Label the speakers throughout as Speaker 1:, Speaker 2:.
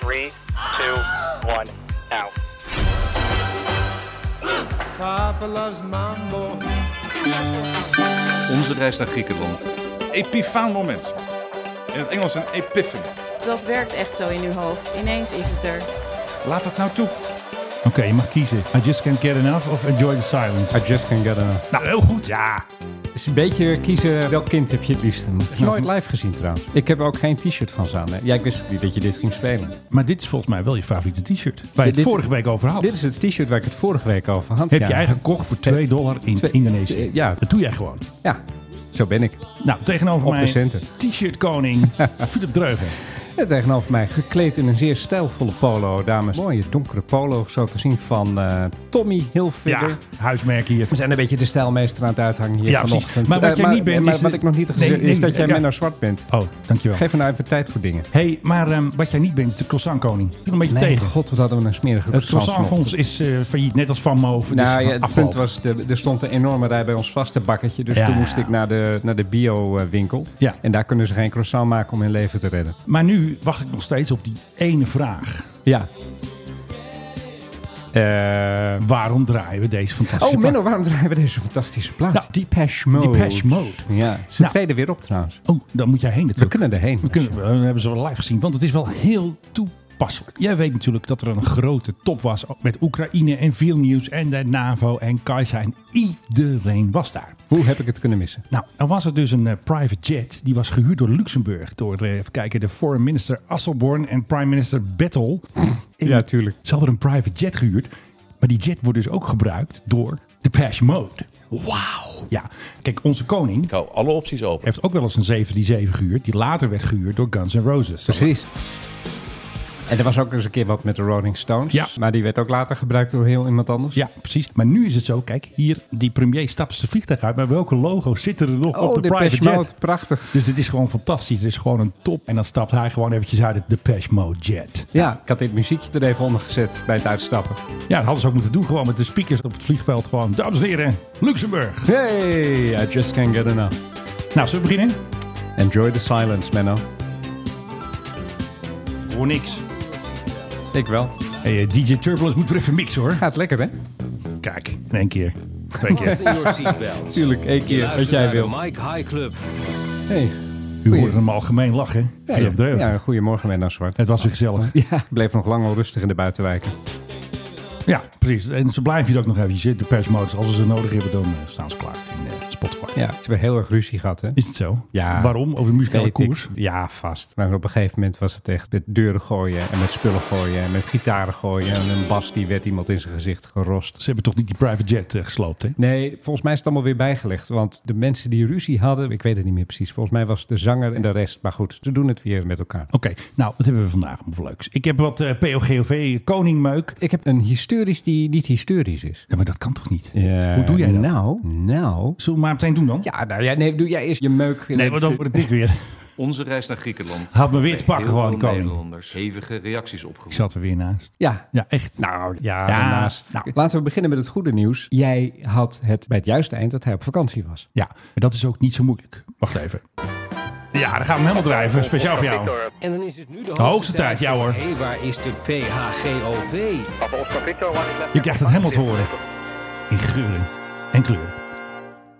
Speaker 1: Three, two, one, now.
Speaker 2: Papa loves mambo.
Speaker 3: Onze reis naar Griekenland.
Speaker 4: Epifaan moment. In het Engels een epiphany.
Speaker 5: Dat werkt echt zo in uw hoofd. Ineens is het er.
Speaker 4: Laat dat nou toe.
Speaker 6: Oké, je mag kiezen. I just can't get enough of enjoy the silence.
Speaker 7: I just can get enough.
Speaker 6: Nou, heel goed.
Speaker 7: Ja. Het is een beetje kiezen welk kind heb je het liefst. Ik heb nooit live gezien trouwens. Ik heb er ook geen t-shirt van staan. hè. Ja, ik wist ook niet dat je dit ging spelen.
Speaker 6: Maar dit is volgens mij wel je favoriete t-shirt. Waar je het
Speaker 7: Dit-
Speaker 6: vorige week over had.
Speaker 7: Dit is het t-shirt waar ik het vorige week over had.
Speaker 6: Heb
Speaker 7: ja.
Speaker 6: je eigen gekocht voor 2 dollar in
Speaker 7: Twee-
Speaker 6: Indonesië.
Speaker 7: eh, ja.
Speaker 6: Dat doe jij gewoon.
Speaker 7: Ja, zo ben ik.
Speaker 6: Nou, tegenover
Speaker 7: Op de
Speaker 6: mij
Speaker 7: centen.
Speaker 6: t-shirt koning Philip Dreugen.
Speaker 7: En tegenover mij gekleed in een zeer stijlvolle polo, dames. Mooie donkere polo, zo te zien van eh, Tommy Hilfiger.
Speaker 6: Ja, huismerk hier.
Speaker 7: We zijn een beetje de stijlmeester aan het uithangen hier
Speaker 6: Ja, precies.
Speaker 7: vanochtend.
Speaker 6: Maar wat
Speaker 7: Eh,
Speaker 6: jij niet bent,
Speaker 7: maar
Speaker 6: is-
Speaker 7: wat ik nog niet heb
Speaker 6: Nee,
Speaker 7: gezegd is
Speaker 6: nee,
Speaker 7: dat jij
Speaker 6: ja.
Speaker 7: Menno Zwart bent.
Speaker 6: Oh, dankjewel.
Speaker 7: Geef me nou even tijd voor dingen.
Speaker 6: hey, maar ehm, wat jij niet bent, is de croissant koning. Ik ben een beetje tegen.
Speaker 7: god, wat hadden we een smerige
Speaker 6: Het croissantfonds is
Speaker 7: vanochtend.
Speaker 6: eh, failliet, net als Van Moof. Dus
Speaker 7: Nou ja, het
Speaker 6: afgelopen.
Speaker 7: punt was, de, er stond een enorme rij bij ons vaste bakketje. Dus
Speaker 6: Ja.
Speaker 7: toen moest ik naar de, naar de bio-winkel.
Speaker 6: Ja.
Speaker 7: En daar kunnen ze geen croissant maken om hun leven te redden.
Speaker 6: Maar nu wacht ik nog steeds op die ene vraag.
Speaker 7: Ja. Eh,
Speaker 6: Waarom draaien we deze fantastische
Speaker 7: oh,
Speaker 6: plaat?
Speaker 7: Menno, waarom draaien we deze fantastische plaat?
Speaker 6: Nou,
Speaker 7: Depeche Mode.
Speaker 6: Depeche Mode.
Speaker 7: Ja, ze
Speaker 6: Nou.
Speaker 7: treden weer op trouwens.
Speaker 6: Oh, dan moet jij heen
Speaker 7: We
Speaker 6: natuurlijk.
Speaker 7: kunnen erheen.
Speaker 6: We, kunnen, we hebben ze wel live gezien, want het is wel heel toepasselijk. Jij weet natuurlijk dat er een grote top was met Oekraïne en Vilnius en de NAVO en Kajsa en iedereen was daar.
Speaker 7: Hoe heb ik het kunnen missen?
Speaker 6: Nou, dan was er dus een eh, private jet. Die was gehuurd door Luxemburg. Door, eh, even kijken, de foreign minister Asselborn en prime minister Bettel. En
Speaker 7: Ja, tuurlijk.
Speaker 6: Ze hadden een private jet gehuurd. Maar die jet wordt dus ook gebruikt door de Pash Mode. Wauw. Ja, kijk, onze koning
Speaker 8: Ik hou alle opties open.
Speaker 6: heeft ook wel eens een 737 gehuurd. Die later werd gehuurd door Guns N' Roses.
Speaker 7: Precies. En er was ook eens een keer wat met de Rolling Stones.
Speaker 6: Ja.
Speaker 7: Maar die werd ook later gebruikt door heel iemand anders.
Speaker 6: Ja, precies. Maar nu is het zo, kijk, hier, die premier stapt zijn vliegtuig uit. Maar welke logo's zitten er nog
Speaker 7: Oh,
Speaker 6: op de
Speaker 7: de
Speaker 6: private
Speaker 7: Depeche
Speaker 6: jet?
Speaker 7: Mode, prachtig.
Speaker 6: Dus dit is gewoon fantastisch. Dit is gewoon een top. En dan stapt hij gewoon eventjes uit het Depeche Mode jet.
Speaker 7: Ja, ik had dit muziekje er even onder gezet bij het uitstappen.
Speaker 6: Ja, dat hadden ze ook moeten doen. Gewoon met de speakers op het vliegveld. Gewoon, dames en heren, Luxemburg.
Speaker 7: Hey, I just can't get enough.
Speaker 6: Nou, zullen we beginnen?
Speaker 7: Enjoy the silence, Menno.
Speaker 6: Hoor niks.
Speaker 7: Ik wel.
Speaker 6: Hey, eh, DJ Turbulence moet weer even mixen, hoor.
Speaker 7: Gaat lekker, hè?
Speaker 6: Kijk, in één keer. Twee keer.
Speaker 7: Tuurlijk, één keer wat jij wil.
Speaker 9: Mike High Club.
Speaker 7: Hey.
Speaker 6: U hoorde hem algemeen lachen.
Speaker 7: Ja,
Speaker 6: Philip
Speaker 7: ja,
Speaker 6: Dreugen.
Speaker 7: ja, goedemorgen, Menno Zwart.
Speaker 6: Het was weer gezellig.
Speaker 7: Ja, ik bleef nog lang wel rustig in de buitenwijken.
Speaker 6: Ja, precies. En ze blijven hier ook nog eventjes. hè. De persmodus, als we ze nodig hebben, dan eh, staan ze klaar in eh, Spotify.
Speaker 7: Ja, ze hebben heel erg ruzie gehad, hè?
Speaker 6: Is het zo?
Speaker 7: Ja.
Speaker 6: Waarom? Over de muzikale
Speaker 7: Weet ik.
Speaker 6: koers?
Speaker 7: Ja, vast. Maar op een gegeven moment was het echt met deuren gooien en met spullen gooien en met gitaren gooien. En een bas die werd iemand in zijn gezicht gerost.
Speaker 6: Ze hebben toch niet die private jet eh, gesloopt, hè?
Speaker 7: Nee, volgens mij is het allemaal weer bijgelegd. Want de mensen die ruzie hadden, ik weet het niet meer precies. Volgens mij was het de zanger en de rest. Maar goed, ze doen het weer met elkaar.
Speaker 6: Oké, nou, wat hebben we vandaag om voor leuks? Ik heb wat eh, POGOV, koningmeuk.
Speaker 7: Ik heb een historisch die niet historisch is.
Speaker 6: Ja, maar dat kan toch niet? Hoe doe jij dat?
Speaker 7: Nou, nou.
Speaker 6: Zullen we maar meteen doen dan?
Speaker 7: Ja, nou ja, nee, doe jij eerst je meuk.
Speaker 6: Nee, dus, eh, want dan wordt het dit weer.
Speaker 3: Onze reis naar Griekenland.
Speaker 6: Had me weer te pakken
Speaker 3: Heel
Speaker 6: gewoon,
Speaker 3: veel
Speaker 6: de koning.
Speaker 3: Nederlanders. Hevige reacties opgeroepen.
Speaker 6: Ik zat er weer naast.
Speaker 7: Ja.
Speaker 6: Ja, echt.
Speaker 7: Nou ja,
Speaker 6: Ja,
Speaker 7: daarnaast.
Speaker 6: nou.
Speaker 7: Laten we beginnen met het goede nieuws. Jij had het bij het juiste eind dat hij op vakantie was.
Speaker 6: Ja, maar dat is ook niet zo moeilijk. Wacht even. Ja, dan gaan we hem helemaal drijven. Speciaal voor jou.
Speaker 9: En dan is het nu de hoogste,
Speaker 6: hoogste tijd, ja
Speaker 9: voor-
Speaker 6: hoor.
Speaker 9: Hé, waar is de PHGOV?
Speaker 1: Papa Oscar Victor, one is left.
Speaker 6: Je krijgt het helemaal te horen. In geuren en kleuren.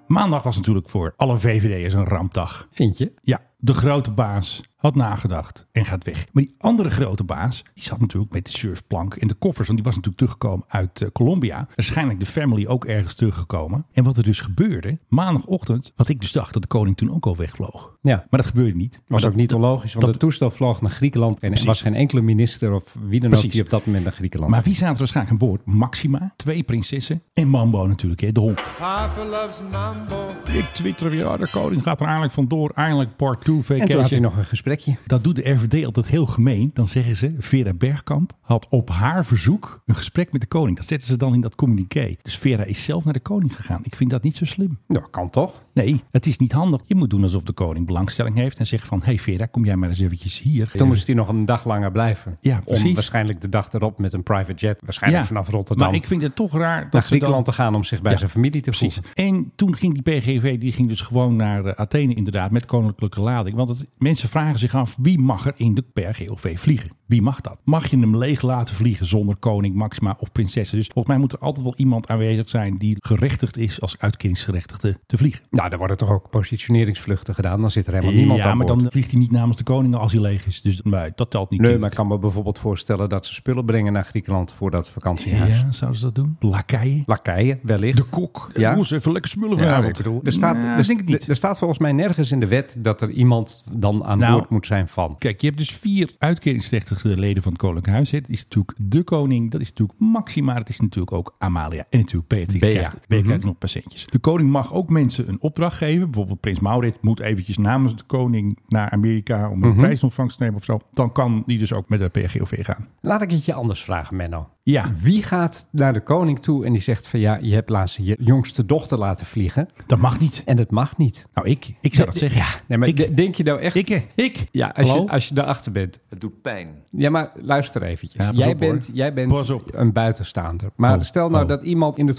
Speaker 6: Maandag was natuurlijk voor alle VVD'ers een rampdag.
Speaker 7: Vind je?
Speaker 6: Ja, de grote baas had nagedacht en gaat weg. Maar die andere grote baas, die zat natuurlijk met de surfplank en de koffers. Want die was natuurlijk teruggekomen uit eh, Colombia. Waarschijnlijk de family ook ergens teruggekomen. En wat er dus gebeurde, maandagochtend, wat ik dus dacht dat de koning toen ook al wegvloog.
Speaker 7: Ja.
Speaker 6: Maar dat gebeurde niet.
Speaker 7: Was ook niet onlogisch, want
Speaker 6: dat-
Speaker 7: het toestel vloog naar Griekenland en er was geen enkele minister of wie dan ook
Speaker 6: Precies.
Speaker 7: die op dat moment naar Griekenland
Speaker 6: Maar wie zaten er waarschijnlijk aan boord? Maxima, twee prinsessen en Mambo natuurlijk, hè, de hond.
Speaker 2: Papa loves mambo.
Speaker 6: Ik twitter weer, ja, de koning gaat er eindelijk vandoor. Eindelijk part 2
Speaker 7: En toen had hij
Speaker 6: vacation.
Speaker 7: nog een gesprekje.
Speaker 6: Dat doet de RVD altijd heel gemeen. Dan zeggen ze, Vera Bergkamp had op haar verzoek een gesprek met de koning. Dat zetten ze dan in dat communiqué. Dus Vera is zelf naar de koning gegaan. Ik vind dat niet zo slim.
Speaker 7: Nou, kan toch?
Speaker 6: Nee, het is niet handig. Je moet doen alsof de koning belangstelling heeft en zegt van... hey Vera, kom jij maar eens eventjes hier.
Speaker 7: Toen moest hij nog een dag langer blijven.
Speaker 6: Ja, precies.
Speaker 7: Om waarschijnlijk de dag erop met een private jet, waarschijnlijk
Speaker 6: Ja,
Speaker 7: vanaf Rotterdam,
Speaker 6: Maar ik vind het toch raar dat
Speaker 7: naar
Speaker 6: ze dan-
Speaker 7: Griekenland te gaan om zich bij
Speaker 6: Ja,
Speaker 7: zijn familie te
Speaker 6: Precies.
Speaker 7: voegen.
Speaker 6: En toen ging die PGV die ging dus gewoon naar eh, Athene inderdaad met koninklijke lading. Want het, mensen vragen zich af wie mag er in de PGOV vliegen? Wie mag dat? Mag je hem leeg laten vliegen zonder koning, maxima of prinsessen? Dus volgens mij moet er altijd wel iemand aanwezig zijn die gerechtigd is als uitkeringsgerechtigde te vliegen.
Speaker 7: Nou, daar worden toch ook positioneringsvluchten gedaan. Dan zit er helemaal niemand
Speaker 6: ja,
Speaker 7: aan
Speaker 6: maar
Speaker 7: boord.
Speaker 6: dan vliegt hij niet namens de koning als hij leeg is. Dus nee, dat telt niet.
Speaker 7: Nee, maar ik kan me bijvoorbeeld voorstellen dat ze spullen brengen naar Griekenland voor dat vakantiehuis.
Speaker 6: ja, zouden ze dat doen? Lakeien?
Speaker 7: Lakeien, wellicht.
Speaker 6: De kok?
Speaker 7: Ja.
Speaker 6: Hoe ze even lekker smullen
Speaker 7: Ja,
Speaker 6: vanavond.
Speaker 7: ik bedoel, er staat,
Speaker 6: Nou,
Speaker 7: er,
Speaker 6: denk ik niet.
Speaker 7: er staat volgens mij nergens in de wet dat er iemand dan aan
Speaker 6: Nou.
Speaker 7: boord moet zijn van.
Speaker 6: Kijk, je hebt dus vier uitkeringsrechtige leden van het Koninklijk Huis. hè. Dat is natuurlijk de koning, dat is natuurlijk Maxima, dat is natuurlijk ook Amalia en natuurlijk Beatrix.
Speaker 7: Bea. Mhm.
Speaker 6: Krijgt, Bea krijgt nog patiëntjes. De koning mag ook mensen een opdracht geven. Bijvoorbeeld prins Maurits moet eventjes namens de koning naar Amerika om een
Speaker 7: Mhm.
Speaker 6: prijsontvangst te nemen of zo. Dan kan die dus ook met de PGOV gaan.
Speaker 7: Laat ik het je anders vragen, Menno.
Speaker 6: Ja,
Speaker 7: Wie gaat naar de koning toe en die zegt van ja, je hebt laatst je jongste dochter laten vliegen
Speaker 6: dat mag niet.
Speaker 7: en dat mag niet.
Speaker 6: Nou, ik, ik zou dat zeggen.
Speaker 7: Ja, nee, maar
Speaker 6: ik,
Speaker 7: de- denk je nou echt...
Speaker 6: ik, hè, ik.
Speaker 7: ja, als je,
Speaker 6: Hallo?
Speaker 7: als je daarachter bent.
Speaker 3: Het doet pijn.
Speaker 7: Ja, maar luister eventjes.
Speaker 6: Ja, pas
Speaker 7: jij,
Speaker 6: op,
Speaker 7: bent,
Speaker 6: hoor.
Speaker 7: jij
Speaker 6: Pas
Speaker 7: bent
Speaker 6: op.
Speaker 7: een buitenstaander. Maar
Speaker 6: Oh,
Speaker 7: stel nou
Speaker 6: oh.
Speaker 7: dat iemand in het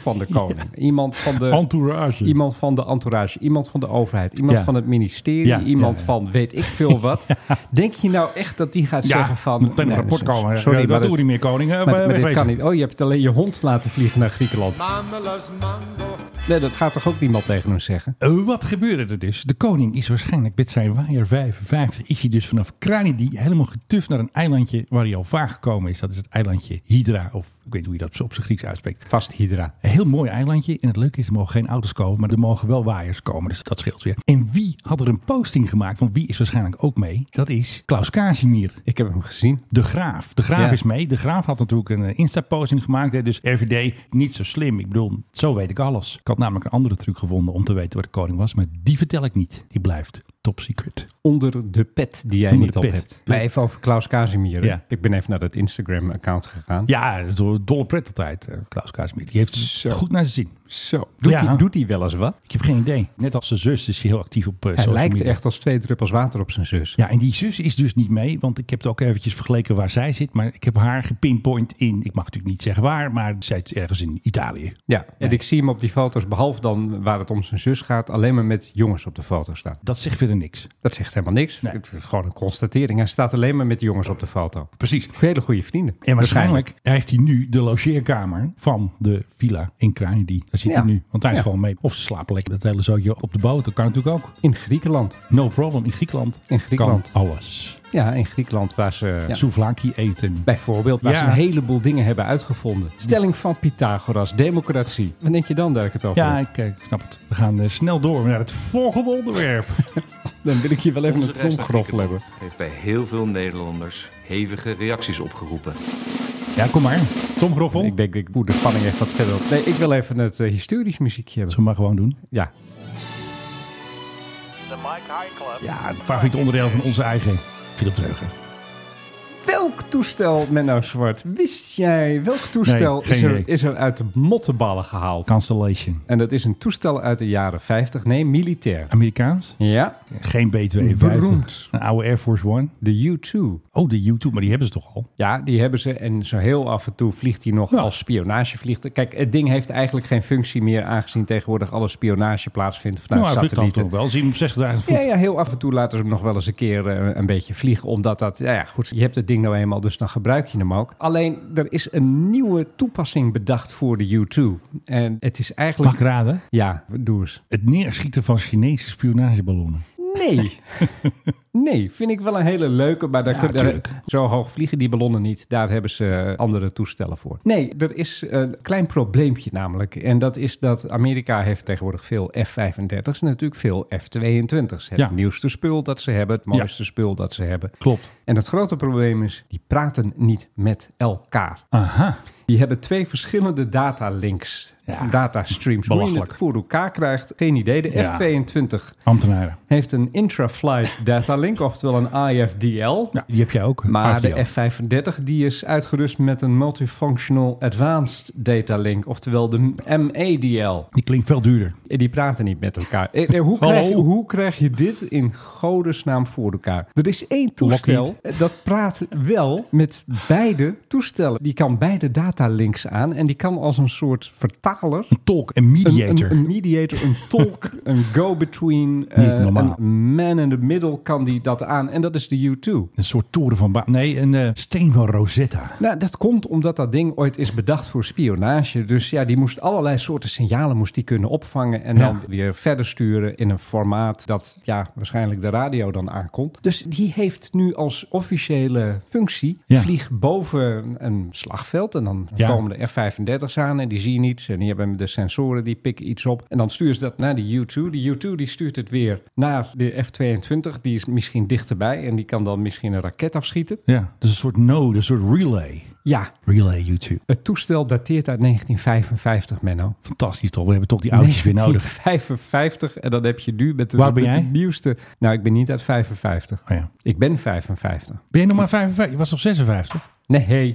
Speaker 7: van de koning, iemand van de...
Speaker 6: Entourage.
Speaker 7: Eh, Iemand van de entourage, iemand van de overheid, iemand
Speaker 6: Ja.
Speaker 7: van het ministerie,
Speaker 6: Ja,
Speaker 7: iemand
Speaker 6: ja, ja.
Speaker 7: van weet ik veel wat. Denk je nou echt dat die gaat zeggen van...
Speaker 6: meteen een
Speaker 7: nee,
Speaker 6: rapport
Speaker 7: sorry,
Speaker 6: komen.
Speaker 7: Sorry,
Speaker 6: Sorry, dat
Speaker 7: maar
Speaker 6: doen we
Speaker 7: dit-
Speaker 6: niet meer, koning. Eh,
Speaker 7: maar-
Speaker 6: we-
Speaker 7: maar dit
Speaker 6: wegwezen.
Speaker 7: kan niet. Oh, je hebt alleen je hond laten vliegen naar Griekenland.
Speaker 2: Mama loves mambo.
Speaker 7: Nee, dat gaat toch ook niemand tegen hem zeggen?
Speaker 6: Eh, Wat gebeurde er dus? De koning is waarschijnlijk met zijn waaier 55... is hij dus vanaf Kranidi helemaal getuft naar een eilandje... waar hij al vaak gekomen is. Dat is het eilandje Hydra, of ik weet niet hoe je dat op zijn Grieks uitspreekt.
Speaker 7: Vast Hydra.
Speaker 6: Een heel mooi eilandje. En het leuke is, er mogen geen auto's komen... maar er mogen wel waaiers komen, dus dat scheelt weer. En wie had er een posting gemaakt, want wie is waarschijnlijk ook mee? Dat is Klaus Casimir.
Speaker 7: Ik heb hem gezien.
Speaker 6: De Graaf. De Graaf
Speaker 7: Ja.
Speaker 6: is mee. De Graaf had natuurlijk een eh, Insta-posting gemaakt. Hè? Dus RVD, niet zo slim. Ik bedoel, zo weet ik alles. Ik had namelijk een andere truc gevonden om te weten waar de koning was. Maar die vertel ik niet. Die blijft top secret.
Speaker 7: Onder de pet die jij
Speaker 6: Onder
Speaker 7: niet
Speaker 6: de
Speaker 7: op
Speaker 6: pet.
Speaker 7: hebt. Maar even over Klaus Casimir.
Speaker 6: Ja.
Speaker 7: Ik ben even naar dat Instagram-account gegaan.
Speaker 6: Ja, dat is door dolle pret altijd, eh, Klaus Kaasmeer. Die heeft het
Speaker 7: Zo.
Speaker 6: goed naar zijn zin.
Speaker 7: Zo. Doet,
Speaker 6: Ja.
Speaker 7: hij, doet hij wel eens wat?
Speaker 6: Ik heb geen idee. Net als zijn zus is hij heel actief op eh,
Speaker 7: Hij
Speaker 6: social
Speaker 7: lijkt
Speaker 6: media.
Speaker 7: echt als twee druppels water op zijn zus.
Speaker 6: Ja, en die zus is dus niet mee, want ik heb het ook eventjes vergeleken waar zij zit. Maar ik heb haar gepinpoint in, ik mag natuurlijk niet zeggen waar, maar zij is ergens in Italië.
Speaker 7: Ja, en ik zie hem op die foto's, behalve dan waar het om zijn zus gaat, alleen maar met jongens op de foto staan.
Speaker 6: Dat zegt verder niks.
Speaker 7: Dat zegt helemaal niks.
Speaker 6: Nee.
Speaker 7: Het is gewoon een constatering. Hij staat alleen maar met jongens op de foto.
Speaker 6: Precies.
Speaker 7: Hele goede vrienden.
Speaker 6: En waarschijnlijk heeft hij nu de logeerkamer van de villa in Kranjedi. Daar zit
Speaker 7: Ja.
Speaker 6: hij nu, want hij is
Speaker 7: Ja.
Speaker 6: gewoon mee. Of ze slapen lekker dat hele zootje op de boot. Dat kan natuurlijk ook.
Speaker 7: In Griekenland.
Speaker 6: No problem, in Griekenland,
Speaker 7: In Griekenland.
Speaker 6: kan alles.
Speaker 7: Ja, in Griekenland waar ze
Speaker 6: Ja. Souvlaki eten.
Speaker 7: bijvoorbeeld waar
Speaker 6: Ja.
Speaker 7: ze een heleboel dingen hebben uitgevonden. Stelling van Pythagoras, democratie. Wat denk je dan dat ik het over
Speaker 6: Ja,
Speaker 7: heb?
Speaker 6: ik, eh, ik snap het. We gaan eh, snel door naar het volgende onderwerp.
Speaker 7: Dan wil ik je wel even
Speaker 3: Onze
Speaker 7: een
Speaker 3: reis naar
Speaker 7: tromgeroffel hebben.
Speaker 3: Griekenland heeft bij heel veel Nederlanders hevige reacties opgeroepen.
Speaker 6: ja, kom maar. Tom Groffel.
Speaker 7: Ik
Speaker 6: Zullen
Speaker 7: denk, ik moet de spanning even wat verder op. Nee, ik wil even het eh, historisch muziekje
Speaker 6: we
Speaker 7: hebben.
Speaker 6: het maar gewoon doen.
Speaker 7: Ja,
Speaker 1: The Mike High Club.
Speaker 6: Ja, het favoriet onderdeel van onze eigen Philip Dreugen.
Speaker 7: Welk toestel, Menno Zwart, wist jij? Welk toestel
Speaker 6: Nee, geen
Speaker 7: is, er,
Speaker 6: idee.
Speaker 7: is er uit de mottenballen gehaald?
Speaker 6: Cancellation.
Speaker 7: En dat is een toestel uit de jaren 50. Nee, militair.
Speaker 6: Amerikaans?
Speaker 7: Ja,
Speaker 6: Geen B-52.
Speaker 7: Beroemd.
Speaker 6: Een oude Air Force One.
Speaker 7: de U-2.
Speaker 6: Oh, de U-2, maar die hebben ze toch al?
Speaker 7: Ja, die hebben ze. En zo heel af en toe vliegt hij nog
Speaker 6: Ja.
Speaker 7: als spionagevliegtuig. Kijk, het ding heeft eigenlijk geen functie meer... aangezien tegenwoordig alle spionage plaatsvindt vanuit
Speaker 6: nou, hij vliegt af en toe
Speaker 7: satellieten.
Speaker 6: nog wel. Zie je hem op 60.000 voet.
Speaker 7: Ja, ja, heel af en toe laten ze hem nog wel eens een keer eh, een beetje vliegen. Omdat dat, ja, ja, goed, je hebt het ding nou eenmaal, dus dan gebruik je hem ook. Alleen, er is een nieuwe toepassing bedacht voor de U2. En het is
Speaker 6: Mag
Speaker 7: eigenlijk...
Speaker 6: ik raden?
Speaker 7: Ja, doe eens.
Speaker 6: Het neerschieten van Chinese spionageballonnen.
Speaker 7: Nee. Nee, vind ik wel een hele leuke, maar daar
Speaker 6: Ja,
Speaker 7: kun- daar-
Speaker 6: tuurlijk.
Speaker 7: zo hoog vliegen die ballonnen niet. Daar hebben ze eh, andere toestellen voor. Nee, er is een klein probleempje namelijk. En dat is dat Amerika heeft tegenwoordig veel F-35's en natuurlijk veel F-22's. Het
Speaker 6: Ja.
Speaker 7: nieuwste spul dat ze hebben, het mooiste spul dat ze hebben.
Speaker 6: Klopt.
Speaker 7: En het grote probleem is, die praten niet met elkaar.
Speaker 6: Aha.
Speaker 7: Die hebben twee verschillende datalinks,
Speaker 6: Ja,
Speaker 7: datastreams. Hoe je het
Speaker 6: belachelijk.
Speaker 7: voor elkaar krijgt, geen idee. De
Speaker 6: Ja.
Speaker 7: F-22
Speaker 6: Ambtenaren.
Speaker 7: heeft een intraflight data linken, oftewel een IFDL.
Speaker 6: Ja, die heb jij ook.
Speaker 7: Maar
Speaker 6: RTL.
Speaker 7: de F35 die is uitgerust met een Multifunctional Advanced Data Link, oftewel de MADL.
Speaker 6: Die klinkt veel duurder.
Speaker 7: Eh, Die praten niet met elkaar. Eh, eh, Hoe krijg, je,
Speaker 6: Hallo?
Speaker 7: hoe krijg je dit in godesnaam voor elkaar? Er is één toestel eh, dat praat wel met beide toestellen. Die kan beide datalinks aan en die kan als een soort vertaler
Speaker 6: Een tolk, een
Speaker 7: een-
Speaker 6: mediator.
Speaker 7: Een, een mediator, een tolk, een go-between. eh,
Speaker 6: Niet normaal.
Speaker 7: Een man in the middle kan die dat aan. En dat is de U2.
Speaker 6: Een soort toren van baan. Nee, een eh, steen van Rosetta.
Speaker 7: Nou, dat komt omdat dat ding ooit is bedacht voor spionage. Dus ja, die moest allerlei soorten signalen moest die kunnen opvangen. En
Speaker 6: Ja.
Speaker 7: dan weer verder sturen in een formaat dat ja, waarschijnlijk de radio dan aankomt. Dus die heeft nu als officiële functie
Speaker 6: Ja.
Speaker 7: vlieg boven een slagveld. En dan
Speaker 6: Ja.
Speaker 7: komen de F-35's aan en die zien iets. En die hebben de sensoren, die pikken iets op. En dan sturen ze dat naar de U-2. De U-2 die stuurt het weer naar de F-22. Die is misschien dichterbij en die kan dan misschien een raket afschieten.
Speaker 6: Ja, dus een soort node, een soort relay.
Speaker 7: Ja,
Speaker 6: Relay YouTube.
Speaker 7: het toestel dateert uit 1955, Menno.
Speaker 6: Fantastisch toch? We hebben toch die oudjes weer nodig.
Speaker 7: 1955. En dan heb je nu met de,
Speaker 6: Waar ben
Speaker 7: met de
Speaker 6: jij?
Speaker 7: nieuwste... Nou, ik ben niet uit 55.
Speaker 6: Oh ja.
Speaker 7: Ik ben 55.
Speaker 6: Ben je nog maar 55? Je was nog 56?
Speaker 7: Nee, hey.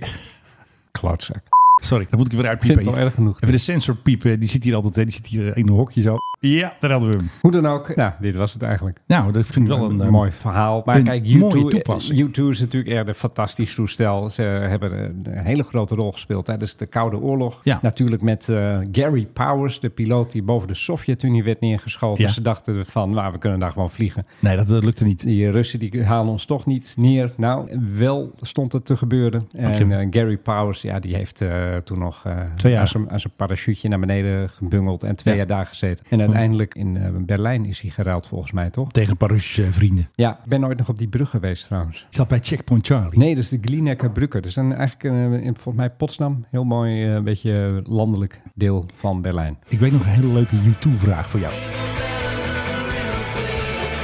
Speaker 7: Klootzak.
Speaker 6: Sorry, dat moet ik weer
Speaker 7: Ik vind
Speaker 6: uitpiepen.
Speaker 7: het al erg genoeg.
Speaker 6: Even de sensorpiep, eh, die zit hier altijd. hè. Die zit hier eh, in een hokje zo. Ja, daar hadden we hem.
Speaker 7: Hoe dan ook. Nou, dit was het eigenlijk.
Speaker 6: Nou, dat vind ik wel een,
Speaker 7: Een,
Speaker 6: eh,
Speaker 7: mooi verhaal. Maar
Speaker 6: een
Speaker 7: kijk, U2,
Speaker 6: mooie toepassing.
Speaker 7: U2 is natuurlijk echt een fantastisch toestel. Ze hebben een een hele grote rol gespeeld tijdens de Koude Oorlog.
Speaker 6: Ja.
Speaker 7: Natuurlijk met eh, Gary Powers, de piloot die boven de Sovjet-Unie werd neergeschoten.
Speaker 6: Ja.
Speaker 7: Ze dachten van, nou, we kunnen daar gewoon vliegen.
Speaker 6: Nee, dat, dat lukte niet.
Speaker 7: Die Russen die halen ons toch niet neer. Nou, wel stond het te gebeuren. En
Speaker 6: Oké.
Speaker 7: eh, Gary Powers, ja, die heeft eh, toen nog eh,
Speaker 6: Twee jaar.
Speaker 7: aan, zijn, aan zijn parachuteje naar beneden gebungeld en twee
Speaker 6: Ja.
Speaker 7: jaar daar gezeten. En uiteindelijk in eh, Berlijn is hij geruild volgens mij, toch?
Speaker 6: Tegen een paar Russische vrienden.
Speaker 7: Ja, ik ben nooit nog op die brug geweest trouwens.
Speaker 6: Ik zat bij Checkpoint Charlie.
Speaker 7: Nee, dat is de Glinecker Brücke. Dat is een, eigenlijk eh, in, volgens mij Potsdam. Heel mooi, eh, beetje landelijk deel van Berlijn.
Speaker 6: Ik weet nog een hele leuke YouTube-vraag voor jou.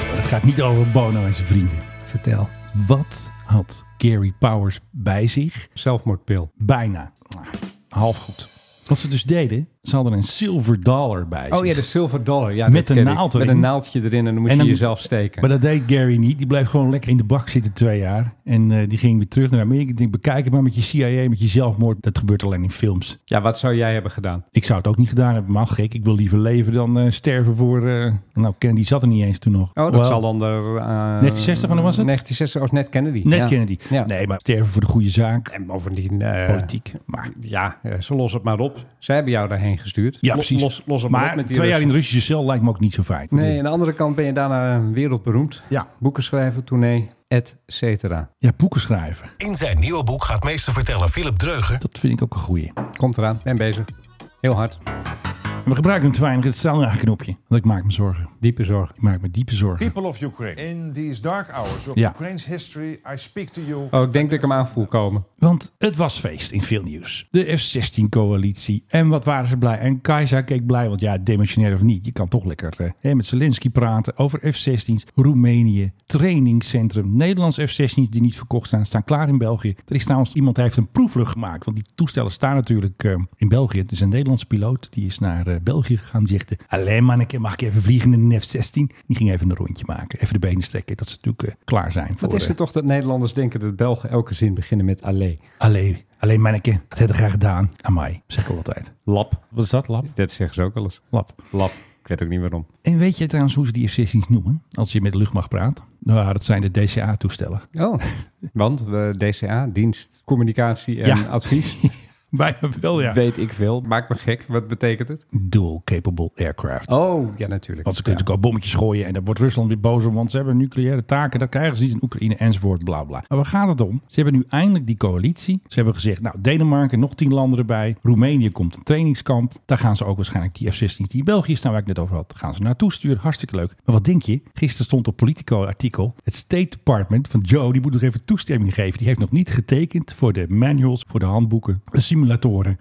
Speaker 6: Maar Het gaat niet over Bono en zijn vrienden.
Speaker 7: Vertel.
Speaker 6: Wat had Gary Powers bij zich?
Speaker 7: Zelfmoordpil.
Speaker 6: Bijna. Nou, Half goed. Wat ze dus deden, ze hadden een silver dollar bij zich.
Speaker 7: Oh ja, de silver dollar. Ja,
Speaker 6: Met
Speaker 7: dat
Speaker 6: een
Speaker 7: ken ik.
Speaker 6: naald
Speaker 7: Met
Speaker 6: erin.
Speaker 7: een naaldje erin en dan moet
Speaker 6: En
Speaker 7: je
Speaker 6: dan-
Speaker 7: jezelf steken.
Speaker 6: Maar dat deed Gary niet. Die bleef gewoon lekker in de bak zitten twee jaar. En eh, die ging weer terug naar Amerika. Ik denk, bekijk het maar met je CIA, met je zelfmoord. Dat gebeurt alleen in films.
Speaker 7: Ja, wat zou jij hebben gedaan?
Speaker 6: Ik zou het ook niet gedaan hebben, maar gek. Ik wil liever leven dan eh, sterven voor... eh, Nou, Kennedy zat er niet eens toen nog.
Speaker 7: Oh, dat
Speaker 6: Wel,
Speaker 7: zal dan er... eh,
Speaker 6: 1960 wanneer was het?
Speaker 7: 1960, of net Kennedy.
Speaker 6: Net
Speaker 7: Ja.
Speaker 6: Kennedy.
Speaker 7: Ja.
Speaker 6: Nee, maar sterven voor de goede zaak.
Speaker 7: En bovendien... eh,
Speaker 6: Politiek. Maar,
Speaker 7: Ja, eh, ze lossen het maar op. Zij hebben jou daarheen gestuurd.
Speaker 6: ja,
Speaker 7: Lo-
Speaker 6: precies.
Speaker 7: Los, los het maar, op
Speaker 6: maar
Speaker 7: met die
Speaker 6: twee jaar in de
Speaker 7: Russen.
Speaker 6: Russische cel lijkt me ook niet zo fijn.
Speaker 7: Nee, aan de andere kant ben je daarna eh, wereldberoemd.
Speaker 6: Ja.
Speaker 7: Boeken schrijven, tournee, et cetera.
Speaker 6: Ja, boeken schrijven.
Speaker 8: In zijn nieuwe boek gaat meester vertellen Philip Dreuger
Speaker 6: Dat vind ik ook een goeie.
Speaker 7: Komt eraan, ben bezig. Heel hard,
Speaker 6: En we gebruiken hem te weinig, het straaljaarknopje. Want ik maak me zorgen.
Speaker 7: diepe zorg.
Speaker 6: Ik maak me diepe zorgen.
Speaker 10: People of Ukraine, in these dark hours of
Speaker 6: Ja.
Speaker 10: Ukraine's history, I speak to you.
Speaker 7: Oh, ik denk dat ik hem aan voel komen.
Speaker 6: Want het was feest in veel nieuws. De F-16-coalitie. En wat waren ze blij. En Keizer keek blij, want ja, demissionair of niet. Je kan toch lekker eh, hè, met Zelensky praten over F-16's. Roemenië, trainingscentrum. Nederlands F-16's die niet verkocht zijn, staan klaar in België. Er is trouwens iemand die heeft een proefvlucht gemaakt. Want die toestellen staan natuurlijk eh, in België. Het is een Nederlands piloot. Die is naar eh, België gegaan. Die zegt, eh, alleen manneke, mag ik even vliegen in een F-16? Die ging even een rondje maken. Even de benen strekken. Dat ze natuurlijk eh, klaar zijn voor...
Speaker 7: Wat is
Speaker 6: eh,
Speaker 7: het toch dat Nederlanders denken dat Belgen elke zin beginnen met allee?
Speaker 6: Allee, alleen manneke, dat heb ik graag gedaan. Amai, zeg ik altijd.
Speaker 7: Lap.
Speaker 6: Wat is dat, lap?
Speaker 7: Dat zeggen ze ook wel eens.
Speaker 6: Lap.
Speaker 7: Lap. Ik weet ook niet waarom.
Speaker 6: En weet je trouwens hoe ze die F-16's noemen? Als je met de luchtmacht praat. Nou, dat zijn de DCA-toestellen.
Speaker 7: Oh, want eh, we DCA, dienst, communicatie en
Speaker 6: Ja.
Speaker 7: advies.
Speaker 6: Bijna wel, ja.
Speaker 7: Weet ik veel. Maakt me gek. Wat betekent het?
Speaker 6: Dual Capable Aircraft.
Speaker 7: Oh, ja, natuurlijk.
Speaker 6: Want ze kunnen natuurlijk ook bommetjes gooien en daar wordt Rusland weer boos om, want ze hebben nucleaire taken, dat krijgen ze niet in Oekraïne enzovoort, bla bla. Maar waar gaat het om? Ze hebben nu eindelijk die coalitie. Ze hebben gezegd, nou, Denemarken, nog tien landen erbij. Roemenië komt een trainingskamp. Daar gaan ze ook waarschijnlijk die F-16's die in België staan, waar ik net over had, gaan ze naartoe sturen. Hartstikke leuk. Maar wat denk je? Gisteren stond op Politico een artikel, het State Department van Joe, die moet nog even toestemming geven. Die heeft nog niet getekend voor de manuals, voor de handboeken, de simulatoren,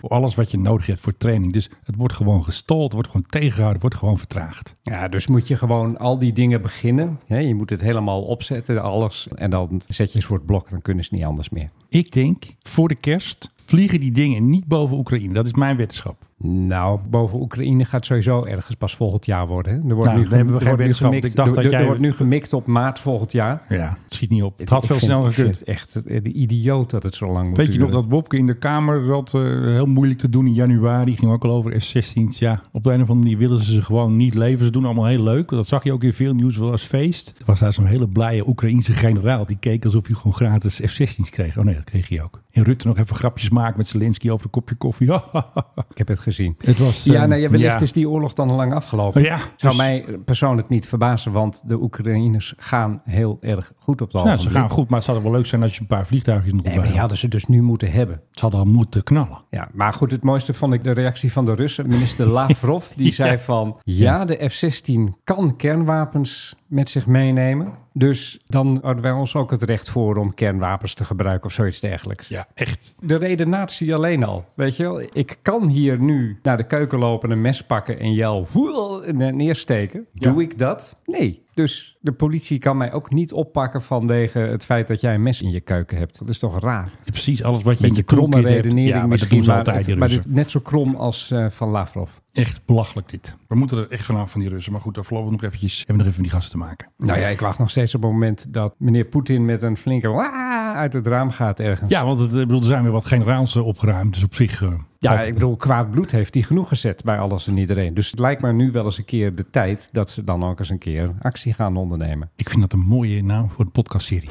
Speaker 6: voor alles wat je nodig hebt voor training. Dus het wordt gewoon gestold, het wordt gewoon tegengehouden, het wordt gewoon vertraagd.
Speaker 7: Ja, dus moet je gewoon al die dingen beginnen. Hè, je moet het helemaal opzetten, alles. En dan zet je een soort blok, dan kunnen ze niet anders meer.
Speaker 6: Ik denk, voor de kerst vliegen die dingen niet boven Oekraïne. Dat is mijn wetenschap.
Speaker 7: Nou, boven Oekraïne gaat sowieso ergens pas volgend jaar worden. hè. Er wordt
Speaker 6: Nou,
Speaker 7: nu
Speaker 6: daar hebben we
Speaker 7: er
Speaker 6: geen
Speaker 7: wordt nu
Speaker 6: wetenschap.
Speaker 7: gemikt-
Speaker 6: Ik dacht
Speaker 7: er-
Speaker 6: dat
Speaker 7: er-
Speaker 6: jij-
Speaker 7: Er wordt nu gemikt op maart volgend jaar.
Speaker 6: Ja, het schiet niet op. Het had
Speaker 7: Ik
Speaker 6: veel
Speaker 7: vind-
Speaker 6: sneller
Speaker 7: ik vind
Speaker 6: gekund.
Speaker 7: het echt eh, de idioot dat het zo lang moet
Speaker 6: Weet je nog
Speaker 7: duren.
Speaker 6: dat Bobke in de Kamer dat eh, heel moeilijk te doen in januari ging ook al over F-16's. Ja, op de een of andere manier willen ze ze gewoon niet leveren. Ze doen allemaal heel leuk. Dat zag je ook in veel nieuws wel als feest. Er was daar zo'n hele blije Oekraïense generaal die keek alsof hij gewoon gratis F-16's kreeg. Oh nee, dat kreeg hij ook. En Rutte nog even grapjes maakt met Zelensky over een kopje koffie.
Speaker 7: Ik heb het gezien.
Speaker 6: het was.
Speaker 7: Ja,
Speaker 6: eh,
Speaker 7: nou, ja, wellicht
Speaker 6: ja.
Speaker 7: is die oorlog dan al lang afgelopen.
Speaker 6: Ja,
Speaker 7: Zou
Speaker 6: dus-
Speaker 7: mij persoonlijk niet verbazen, want de Oekraïners gaan heel erg goed op de
Speaker 6: Nou, ze
Speaker 7: ogenblik.
Speaker 6: gaan goed, maar het zou wel leuk zijn als je een paar vliegtuigjes nog
Speaker 7: Nee,
Speaker 6: bij
Speaker 7: maar die
Speaker 6: had.
Speaker 7: hadden ze dus nu moeten hebben.
Speaker 6: Het had al moeten knallen.
Speaker 7: Ja, maar goed, het mooiste vond ik de reactie van de Russen. Minister Lavrov, die zei van... Ja, de F-16 kan kernwapens met zich meenemen. Dus dan hadden wij ons ook het recht voor om kernwapens te gebruiken of zoiets dergelijks.
Speaker 6: Ja, echt.
Speaker 7: De redenatie alleen al, weet je wel. Ik kan hier nu naar de keuken lopen, een mes pakken en jou woel, eh, ne- neersteken. Doe ik dat? Nee. Dus de politie kan mij ook niet oppakken vanwege het feit dat jij een mes in je keuken hebt. Dat is toch raar?
Speaker 6: Ja, precies alles wat je in
Speaker 7: Beetje
Speaker 6: je
Speaker 7: kromme
Speaker 6: toolkit hebt.
Speaker 7: redenering
Speaker 6: Ja, maar dat
Speaker 7: misschien,
Speaker 6: doen ze
Speaker 7: maar,
Speaker 6: altijd,
Speaker 7: het-
Speaker 6: die
Speaker 7: maar
Speaker 6: Russen.
Speaker 7: dit net zo krom als eh, van Lavrov.
Speaker 6: Echt belachelijk dit. We moeten er echt vanaf van die Russen. Maar goed, daar voorlopig nog eventjes, hebben we nog even met die gasten te maken.
Speaker 7: Nou ja, ik wacht nog steeds op het moment dat meneer Poetin met een flinke waa uit het raam gaat ergens.
Speaker 6: Ja, want het, eh, bedoel, er zijn weer wat generaals eh, opgeruimd. Dus op zich... eh,
Speaker 7: Ja,
Speaker 6: valt-
Speaker 7: ik bedoel, kwaad bloed heeft hij genoeg gezet bij alles en iedereen. Dus het lijkt me nu wel eens een keer de tijd dat ze dan ook eens een keer actie gaan ondernemen.
Speaker 6: ik vind dat een mooie naam voor een podcastserie.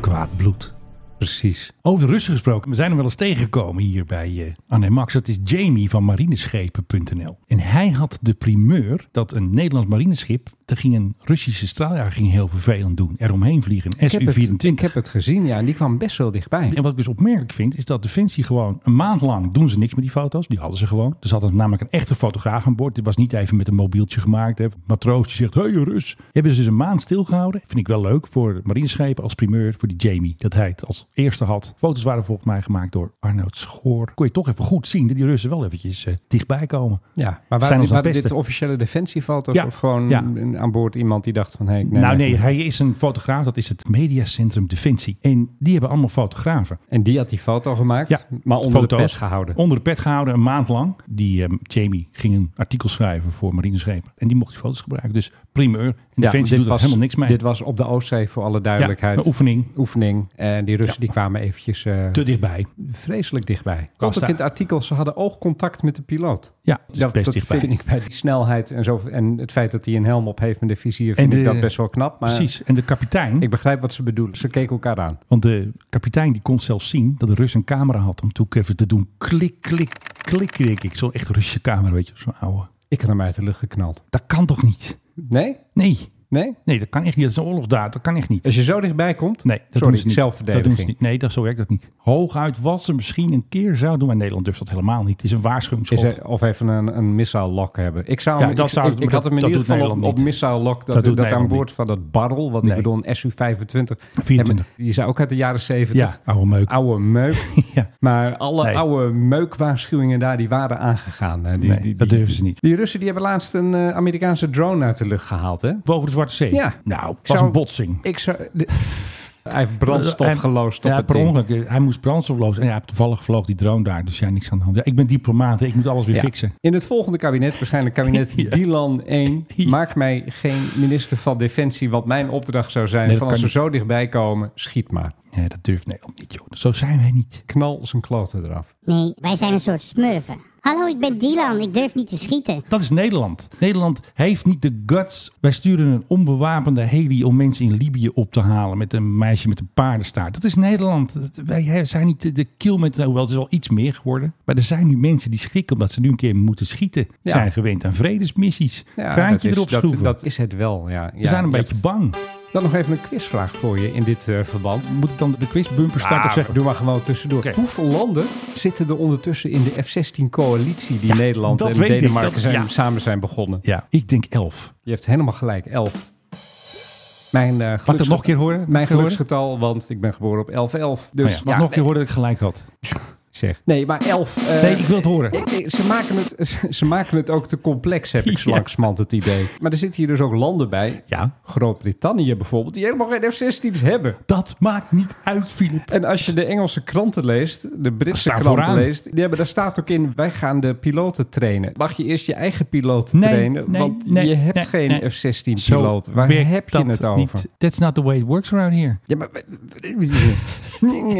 Speaker 6: Kwaad bloed.
Speaker 7: Precies.
Speaker 6: Over de Russen gesproken, we zijn hem wel eens tegengekomen hier bij eh Anne en Max. Dat is Jamie van marineschepen.nl. En hij had de primeur dat een Nederlands marineschip, daar ging een Russische straaljager ging heel vervelend doen. Eromheen vliegen, een
Speaker 7: Ik heb, het,
Speaker 6: SU-24.
Speaker 7: ik heb het gezien, ja, en die kwam best wel dichtbij.
Speaker 6: En wat ik dus opmerkelijk vind, is dat Defensie gewoon een maand lang doen ze niks met die foto's. Die hadden ze gewoon. Er zat een- namelijk een echte fotograaf aan boord. Dit was niet even met een mobieltje gemaakt. Hè. Matroos die zegt, hey Rus. Hebben ze dus een maand stilgehouden. Vind ik wel leuk voor marineschepen als primeur voor die Jamie. Dat hij het als eerste had. Foto's waren volgens mij gemaakt door Arnoud Schoor. Kon je toch even goed zien dat die Russen wel eventjes eh, dichtbij komen.
Speaker 7: Ja, maar
Speaker 6: Zijn ons
Speaker 7: waren, dit,
Speaker 6: aan
Speaker 7: waren dit
Speaker 6: pesten.
Speaker 7: officiële defensiefoto's
Speaker 6: Ja,
Speaker 7: of gewoon
Speaker 6: ja.
Speaker 7: een- aan boord iemand die dacht van... Hey,
Speaker 6: nou nee, hij is een fotograaf. Dat is het Mediacentrum Defensie. En die hebben allemaal fotografen.
Speaker 7: En die had die foto gemaakt,
Speaker 6: Ja,
Speaker 7: maar onder
Speaker 6: foto's.
Speaker 7: de pet gehouden.
Speaker 6: Onder de pet gehouden, een maand lang. Die ehm, Jamie ging een artikel schrijven voor marineschepen. En die mocht die foto's gebruiken. Dus primeur. En
Speaker 7: dit
Speaker 6: Defensie doet er
Speaker 7: was-
Speaker 6: helemaal niks mee.
Speaker 7: Dit was op de Oostzee voor alle duidelijkheid.
Speaker 6: een oefening.
Speaker 7: Oefening. En die Russen die kwamen eventjes eh,
Speaker 6: Te dichtbij.
Speaker 7: vreselijk dichtbij.
Speaker 6: Kan
Speaker 7: Tot ik
Speaker 6: staan.
Speaker 7: in het artikel, ze hadden oogcontact met de piloot.
Speaker 6: Ja, het is
Speaker 7: dat
Speaker 6: best
Speaker 7: dat
Speaker 6: dichtbij.
Speaker 7: vind ik bij die snelheid en, zo, en het feit dat hij een helm op heeft met de vizier,
Speaker 6: En
Speaker 7: vind ik
Speaker 6: de-
Speaker 7: dat best wel knap. Maar
Speaker 6: Precies. En de kapitein,
Speaker 7: ik begrijp wat ze bedoelen. Ze keken elkaar aan.
Speaker 6: want de kapitein die kon zelfs zien dat de Rus een camera had om toe even te doen. Klik, klik, klik, denk ik. Zo'n echt Russische camera, weet je. Zo'n oude.
Speaker 7: Ik had hem uit de lucht geknald.
Speaker 6: Dat kan toch niet?
Speaker 7: Nee?
Speaker 6: Nee.
Speaker 7: Nee?
Speaker 6: Nee, dat kan echt niet. Dat is een oorlogsdaad. Dat kan echt niet.
Speaker 7: Als je zo dichtbij komt?
Speaker 6: Nee, dat
Speaker 7: Sorry,
Speaker 6: doen ze niet.
Speaker 7: zelfverdediging.
Speaker 6: Dat doen ze niet. Nee, dat, zo werkt dat niet. Hooguit wat ze misschien een keer zouden doen. Maar Nederland durft dat helemaal niet. Het is een
Speaker 7: Is
Speaker 6: waarschuwingsschot.
Speaker 7: er- of even een, een missile lock hebben. Ik zou
Speaker 6: Ja,
Speaker 7: hem-
Speaker 6: dat
Speaker 7: ik,
Speaker 6: zou-
Speaker 7: ik, ik
Speaker 6: maar
Speaker 7: had
Speaker 6: dat-
Speaker 7: hem in
Speaker 6: dat
Speaker 7: ieder
Speaker 6: doet
Speaker 7: geval op,
Speaker 6: Nederland
Speaker 7: op
Speaker 6: niet.
Speaker 7: missile lock. Dat,
Speaker 6: Dat
Speaker 7: dat,
Speaker 6: doet
Speaker 7: aan
Speaker 6: Nederland
Speaker 7: boord van dat barrel. Wat ik
Speaker 6: Nee.
Speaker 7: bedoel, een SU-25.
Speaker 6: 24.
Speaker 7: Ja, maar Die zou ook uit de jaren
Speaker 6: Ja,
Speaker 7: 70.
Speaker 6: Ah, oude meuk.
Speaker 7: Oude oh, meuk.
Speaker 6: Ja.
Speaker 7: Maar alle
Speaker 6: Nee.
Speaker 7: oude meukwaarschuwingen daar, die waren aangegaan. hè. Die,
Speaker 6: Nee,
Speaker 7: die, die-
Speaker 6: dat durven ze niet.
Speaker 7: Die Russen die hebben laatst een eh, Amerikaanse drone uit de lucht gehaald. Hè?
Speaker 6: Boven de Zwarte Zee.
Speaker 7: Ja.
Speaker 6: Nou, was
Speaker 7: Zou-
Speaker 6: een botsing.
Speaker 7: Ik zou... de- hij heeft brandstof
Speaker 6: Hij-
Speaker 7: geloosd op
Speaker 6: ja,
Speaker 7: het
Speaker 6: per
Speaker 7: ding.
Speaker 6: ongeluk. eh, Hij moest brandstof lozen. En ja, toevallig vloog die drone daar. Dus ja, niks aan de hand. Ja, ik ben diplomaat. hè. Ik moet alles weer
Speaker 7: Ja.
Speaker 6: fixen.
Speaker 7: In het volgende kabinet, waarschijnlijk kabinet
Speaker 6: Ja.
Speaker 7: Dylan 1,
Speaker 6: Ja.
Speaker 7: maak mij geen minister van Defensie, wat mijn opdracht zou zijn.
Speaker 6: Nee, dat
Speaker 7: van als
Speaker 6: kan
Speaker 7: ze zo dichtbij komen, schiet maar.
Speaker 6: Nee, dat durft Nederland niet, joh. Zo zijn wij niet.
Speaker 7: Knal zijn kloten eraf.
Speaker 11: Nee, wij zijn een soort smurfen. Hallo, ik ben Dylan. Ik durf niet te schieten.
Speaker 6: Dat is Nederland. Nederland heeft niet de guts. Wij sturen een onbewapende heli om mensen in Libië op te halen met een meisje met een paardenstaart. Dat is Nederland. Dat- Wij he- zijn niet de- de kill met, nou, hoewel het is al iets meer geworden. Maar er zijn nu mensen die schrikken omdat ze nu een keer moeten schieten.
Speaker 7: Ja.
Speaker 6: Zijn gewend aan vredesmissies.
Speaker 7: Ja,
Speaker 6: Kraantje
Speaker 7: dat is,
Speaker 6: erop
Speaker 7: dat-
Speaker 6: schroeven.
Speaker 7: Dat, is het wel, ja.
Speaker 6: We zijn een beetje bang.
Speaker 7: Dan nog even een quizvraag voor je in dit eh, verband.
Speaker 6: Moet ik dan de quizbumper starten of
Speaker 7: Ah,
Speaker 6: zeggen?
Speaker 7: doe maar gewoon tussendoor.
Speaker 6: Oké.
Speaker 7: Hoeveel landen zitten er ondertussen in de F-16-coalitie die Nederland
Speaker 6: dat
Speaker 7: en
Speaker 6: weet ik.
Speaker 7: Denemarken
Speaker 6: Dat-
Speaker 7: zijn,
Speaker 6: ja.
Speaker 7: samen zijn begonnen?
Speaker 6: Ja, ik denk elf.
Speaker 7: Je hebt helemaal gelijk, 11. Mijn, eh
Speaker 6: Mag ik dat
Speaker 7: geluksge-
Speaker 6: nog een keer horen? Oh Nog
Speaker 7: mijn
Speaker 6: een keer horen?
Speaker 7: geluksgetal, want ik ben geboren op 11-11. Dus
Speaker 6: Oh ja, mag ik nog een keer horen dat ik gelijk had.
Speaker 7: zeg. Nee, maar elf. eh,
Speaker 6: Nee, ik wil het horen.
Speaker 7: eh, eh, Ze maken het, ze maken het ook te complex, heb ik
Speaker 6: Ja.
Speaker 7: slangsmand het idee. Maar er zitten hier dus ook landen bij.
Speaker 6: Ja.
Speaker 7: Groot-Brittannië bijvoorbeeld, die helemaal geen F-16's hebben.
Speaker 6: Dat maakt niet uit, Filip.
Speaker 7: En als je de Engelse kranten leest, de Britse
Speaker 6: Staat
Speaker 7: kranten
Speaker 6: vooraan.
Speaker 7: leest, die hebben, daar staat ook in: wij gaan de piloten trainen. Mag je eerst je eigen piloot
Speaker 6: Nee,
Speaker 7: trainen?
Speaker 6: nee,
Speaker 7: want
Speaker 6: nee,
Speaker 7: je hebt
Speaker 6: nee,
Speaker 7: geen
Speaker 6: nee.
Speaker 7: F-16-piloot. Waar
Speaker 6: werkt
Speaker 7: heb je
Speaker 6: dat
Speaker 7: het over?
Speaker 6: niet. That's not the way it works around here.
Speaker 7: Ja, maar...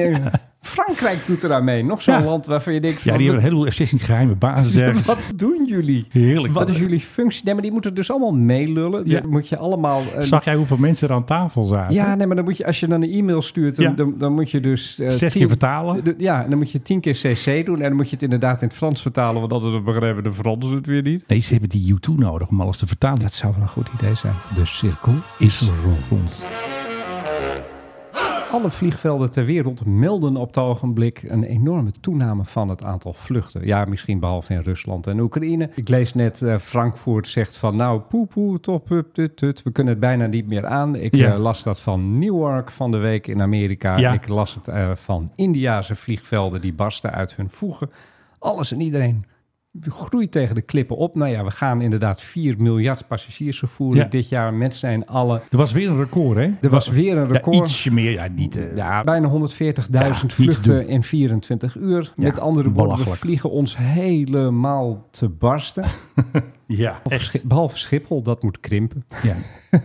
Speaker 7: Frankrijk doet eraan mee. Nog zo'n
Speaker 6: Ja.
Speaker 7: land waarvan je denkt...
Speaker 6: Ja,
Speaker 7: Van,
Speaker 6: die hebben een heleboel F-16 geheime basis
Speaker 7: wat,
Speaker 6: ergens.
Speaker 7: wat doen jullie?
Speaker 6: Heerlijk.
Speaker 7: Wat
Speaker 6: Dat-
Speaker 7: is jullie functie? Nee, maar die moeten dus allemaal meelullen. Die
Speaker 6: Ja.
Speaker 7: moet je allemaal... eh,
Speaker 6: Zag jij hoeveel mensen er aan tafel zaten?
Speaker 7: ja, nee, maar dan moet je, als je dan een e-mail stuurt, dan,
Speaker 6: Ja.
Speaker 7: dan, dan moet je dus... eh,
Speaker 6: Zes keer
Speaker 7: tien-
Speaker 6: vertalen.
Speaker 7: de- Ja, en dan moet je tien keer cc doen. En dan moet je het inderdaad in het Frans vertalen. Want anders begrijpen de Fransen het weer niet.
Speaker 6: Nee, ze hebben die U2 nodig om alles te vertalen.
Speaker 7: Dat zou wel een goed idee zijn. De cirkel
Speaker 6: is rond.
Speaker 7: Alle vliegvelden ter wereld melden op het ogenblik een enorme toename van het aantal vluchten. Ja, misschien behalve in Rusland en Oekraïne. Ik lees net eh, Frankfurt zegt van nou poe poe top up tut, tut. we kunnen het bijna niet meer aan. Ik
Speaker 6: Ja.
Speaker 7: eh, las dat van Newark van de week in Amerika.
Speaker 6: Ja.
Speaker 7: Ik las het eh, van Indiase vliegvelden die barsten uit hun voegen. Alles en iedereen groeit tegen de klippen op. Nou ja, we gaan inderdaad 4 miljard passagiers vervoeren
Speaker 6: Ja.
Speaker 7: dit jaar. Mensen zijn alle...
Speaker 6: Er was weer een record, hè?
Speaker 7: Er was weer een record.
Speaker 6: Ja, ietsje meer. Ja, niet... eh,
Speaker 7: Ja, bijna 140.000
Speaker 6: niet te
Speaker 7: vluchten
Speaker 6: doen.
Speaker 7: in 24 uur.
Speaker 6: Ja,
Speaker 7: Met andere woorden, we
Speaker 6: belachelijk.
Speaker 7: vliegen ons helemaal te barsten.
Speaker 6: ja echt.
Speaker 7: Schi- Behalve Schiphol, dat moet krimpen.
Speaker 6: Ja.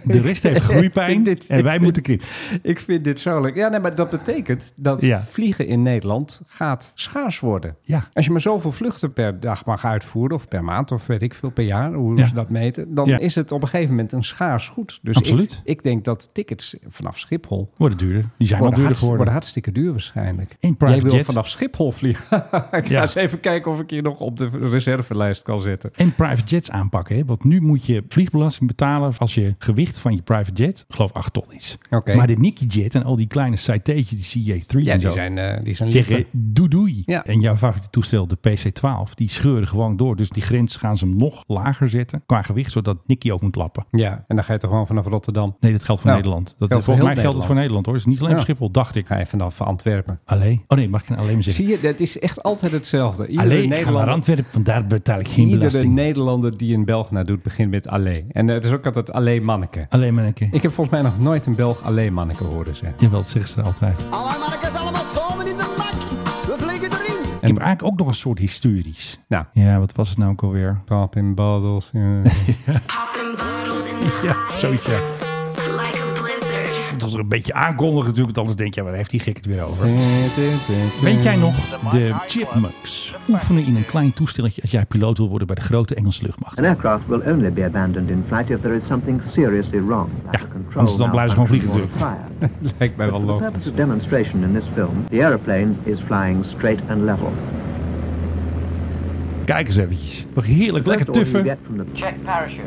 Speaker 6: De rest heeft groeipijn
Speaker 7: Dit- dit-
Speaker 6: en wij moeten krimpen.
Speaker 7: Ik vind dit zo leuk. Ja, nee, maar dat betekent dat
Speaker 6: Ja.
Speaker 7: vliegen in Nederland gaat schaars worden.
Speaker 6: Ja.
Speaker 7: Als je maar zoveel vluchten per dag mag uitvoeren, of per maand, of weet ik veel, per jaar, hoe
Speaker 6: Ja.
Speaker 7: ze dat meten, dan
Speaker 6: Ja.
Speaker 7: is het op een gegeven moment een schaars goed. Dus
Speaker 6: Absoluut.
Speaker 7: Ik, ik denk dat tickets vanaf Schiphol
Speaker 6: Worden duurder. Die zijn al
Speaker 7: worden,
Speaker 6: duurder
Speaker 7: hartst- worden
Speaker 6: geworden.
Speaker 7: hartstikke duur waarschijnlijk.
Speaker 6: In private
Speaker 7: Jij wil
Speaker 6: jet.
Speaker 7: vanaf Schiphol vliegen. ik ga
Speaker 6: Ja.
Speaker 7: eens even kijken of ik je nog op de reservelijst kan zetten.
Speaker 6: En private jets aanpakken. Hè? Want nu moet je vliegbelasting betalen als je gewicht van je private jet, ik geloof 8 ton is.
Speaker 7: Oké.
Speaker 6: Maar de Nicky Jet en al die kleine Citation, die CJ3
Speaker 7: Ja,
Speaker 6: en
Speaker 7: die
Speaker 6: zo.
Speaker 7: zijn, eh, die zijn
Speaker 6: Zeggen
Speaker 7: lichter.
Speaker 6: doei doei.
Speaker 7: Ja.
Speaker 6: En jouw favoriete toestel, de PC-12, die scheuren gewoon door. Dus die grens gaan ze hem nog lager zetten qua gewicht, zodat Nicky ook moet lappen.
Speaker 7: Ja, en dan ga je toch gewoon vanaf Rotterdam.
Speaker 6: Nee, dat geldt voor
Speaker 7: Nou,
Speaker 6: Nederland. Dat,
Speaker 7: geldt voor
Speaker 6: volgens mij
Speaker 7: heel
Speaker 6: geldt het voor Nederland hoor. Het is niet alleen
Speaker 7: Ja.
Speaker 6: voor Schiphol, dacht ik.
Speaker 7: Ga je vanaf Antwerpen.
Speaker 6: Allee. Oh nee, mag ik geen alleen maar zeggen.
Speaker 7: Zie je, dat is echt altijd hetzelfde. Iedere
Speaker 6: Allee, ik ga naar
Speaker 7: Nederlander,
Speaker 6: Antwerpen, want daar betaal ik geen
Speaker 7: iedere
Speaker 6: belasting.
Speaker 7: Nederlander die een Belg doet, begint met allee. En eh, het is ook altijd allee manneke.
Speaker 6: Alleen maar een keer.
Speaker 7: Ik heb volgens mij nog nooit een Belg allee manneke horen zeggen.
Speaker 6: Jawel, dat zeggen ze altijd. Ik heb eigenlijk ook nog een soort historisch.
Speaker 7: Nou,
Speaker 6: Ja, wat was het nou ook alweer?
Speaker 7: pap in bottles. eh.
Speaker 6: Ja, zoiets ja. Het was er een beetje aankondigen natuurlijk, want anders denk je, waar heeft die gek het weer over? Weet jij nog, de chipmunks oefenen in een klein toestelletje als jij piloot wil worden bij de grote Engelse luchtmacht.
Speaker 9: aircraft will only be abandoned in flight if there is something seriously wrong.
Speaker 6: Ja, anders dan blijven ze gewoon vliegen natuurlijk.
Speaker 7: Lijkt mij wel logisch.
Speaker 9: The demonstration in this film, the aeroplane is flying straight and level.
Speaker 6: Kijk eens eventjes. Wat heerlijk, lekker tuffen.
Speaker 9: from the
Speaker 12: Check parachute.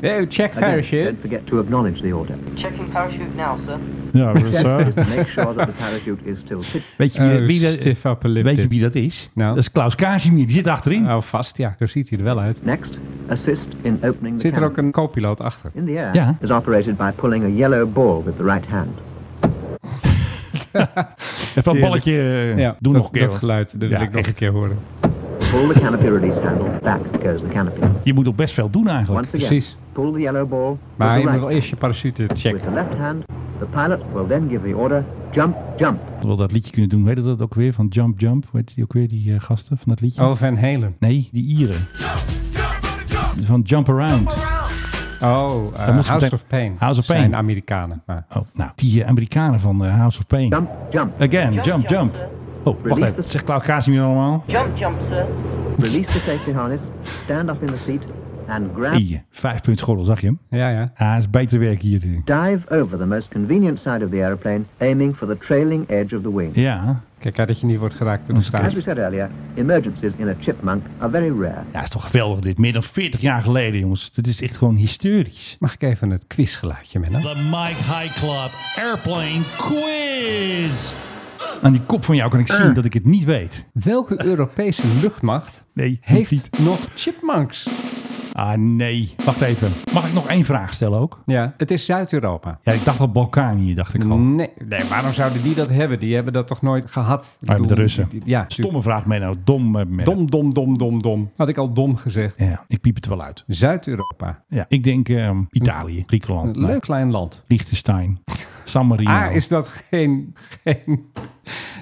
Speaker 7: Hey, check parachute.
Speaker 9: forget to acknowledge the order.
Speaker 12: Checking parachute now, sir.
Speaker 4: Ja, dat is, eh,
Speaker 9: Make sure that the parachute is still fitted.
Speaker 6: Weet je wie,
Speaker 7: Oh,
Speaker 6: wie dat-
Speaker 7: stiff upper lip
Speaker 6: weet je
Speaker 7: dit.
Speaker 6: wie dat is?
Speaker 7: Nou.
Speaker 6: Dat is Klaus Casimir, die zit achterin.
Speaker 7: Nou, vast ja, zo ziet hij er wel uit.
Speaker 9: Next, assist in opening the
Speaker 7: Zit er
Speaker 9: cannon.
Speaker 7: ook een co-piloot achter?
Speaker 9: In the air
Speaker 6: Ja.
Speaker 9: is operated by pulling a yellow ball with the right hand.
Speaker 6: Even een balletje eh, doen
Speaker 7: dat,
Speaker 6: nog een keer.
Speaker 7: dat
Speaker 6: wat.
Speaker 7: geluid, dat wil
Speaker 6: Ja,
Speaker 7: ik nog
Speaker 6: echt.
Speaker 7: een keer horen.
Speaker 9: Pull the canopy release handle, back goes the canopy.
Speaker 6: Je moet ook best veel doen eigenlijk.
Speaker 9: Once again,
Speaker 7: precies.
Speaker 9: pull the yellow ball
Speaker 7: Maar je
Speaker 9: with the
Speaker 7: moet
Speaker 9: right
Speaker 7: wel eerst je parachute
Speaker 9: With
Speaker 7: checken.
Speaker 9: the left hand, the pilot will then give the order, jump, jump.
Speaker 6: Terwijl dat liedje kunnen doen, weet je dat ook weer? Van Jump Jump, weet je ook weer die eh, gasten van dat liedje?
Speaker 7: Oh, Van Halen.
Speaker 6: Nee, die Ieren. Van Jump Around.
Speaker 7: Oh, eh,
Speaker 6: Dan moet je
Speaker 7: House
Speaker 6: meteen-
Speaker 7: of Pain.
Speaker 6: House of
Speaker 7: Zijn
Speaker 6: Pain.
Speaker 7: Amerikanen. Maar.
Speaker 6: Oh, nou, die eh, Amerikanen van eh, House of Pain.
Speaker 9: Jump, jump.
Speaker 6: Again, jump, jump. Oh, wacht even. Zegt Klaus Casimir allemaal?
Speaker 12: Jump, jump, sir.
Speaker 9: Release the safety harness, stand up in the seat, and grab.
Speaker 6: Hey, vijf punt school, zag je hem?
Speaker 7: Ja, ja.
Speaker 6: Ah, is beter werk hier.
Speaker 9: Dive over the most convenient side of the aeroplane, aiming for the trailing edge of the wing.
Speaker 6: Ja,
Speaker 7: Kijk uit dat je niet wordt geraakt door de
Speaker 9: As we
Speaker 7: staart.
Speaker 9: said earlier, emergencies in a chipmunk are very rare.
Speaker 6: ja, is toch geweldig dit. Meer dan 40 jaar geleden, jongens. Dit is echt gewoon historisch.
Speaker 7: Mag ik even het quizgeluidje, Menno?
Speaker 6: The Mike High Club Airplane Quiz. Aan die kop van jou kan ik zien dat ik het niet weet.
Speaker 7: Welke Europese luchtmacht
Speaker 6: Nee,
Speaker 7: heeft
Speaker 6: niet.
Speaker 7: nog chipmunks?
Speaker 6: Ah nee, wacht even. Mag ik nog één vraag stellen ook?
Speaker 7: Ja, het is Zuid-Europa.
Speaker 6: Ja, ik dacht al Balkanië, dacht ik al.
Speaker 7: Nee, nee, waarom zouden die dat hebben? Die hebben dat toch nooit gehad? Ik
Speaker 6: Maar Ah, met de
Speaker 7: bedoel,
Speaker 6: Russen.
Speaker 7: die- die- Ja,
Speaker 6: Stomme vraag, Menno. Dom, eh, Menno.
Speaker 7: Dom, dom, dom, dom, dom. Had ik al dom gezegd.
Speaker 6: Ja, ik piep het wel uit.
Speaker 7: Zuid-Europa.
Speaker 6: Ja, ik denk ehm, Italië, Griekenland.
Speaker 7: Een leuk klein land.
Speaker 6: Liechtenstein, San Marino.
Speaker 7: A, is dat geen, geen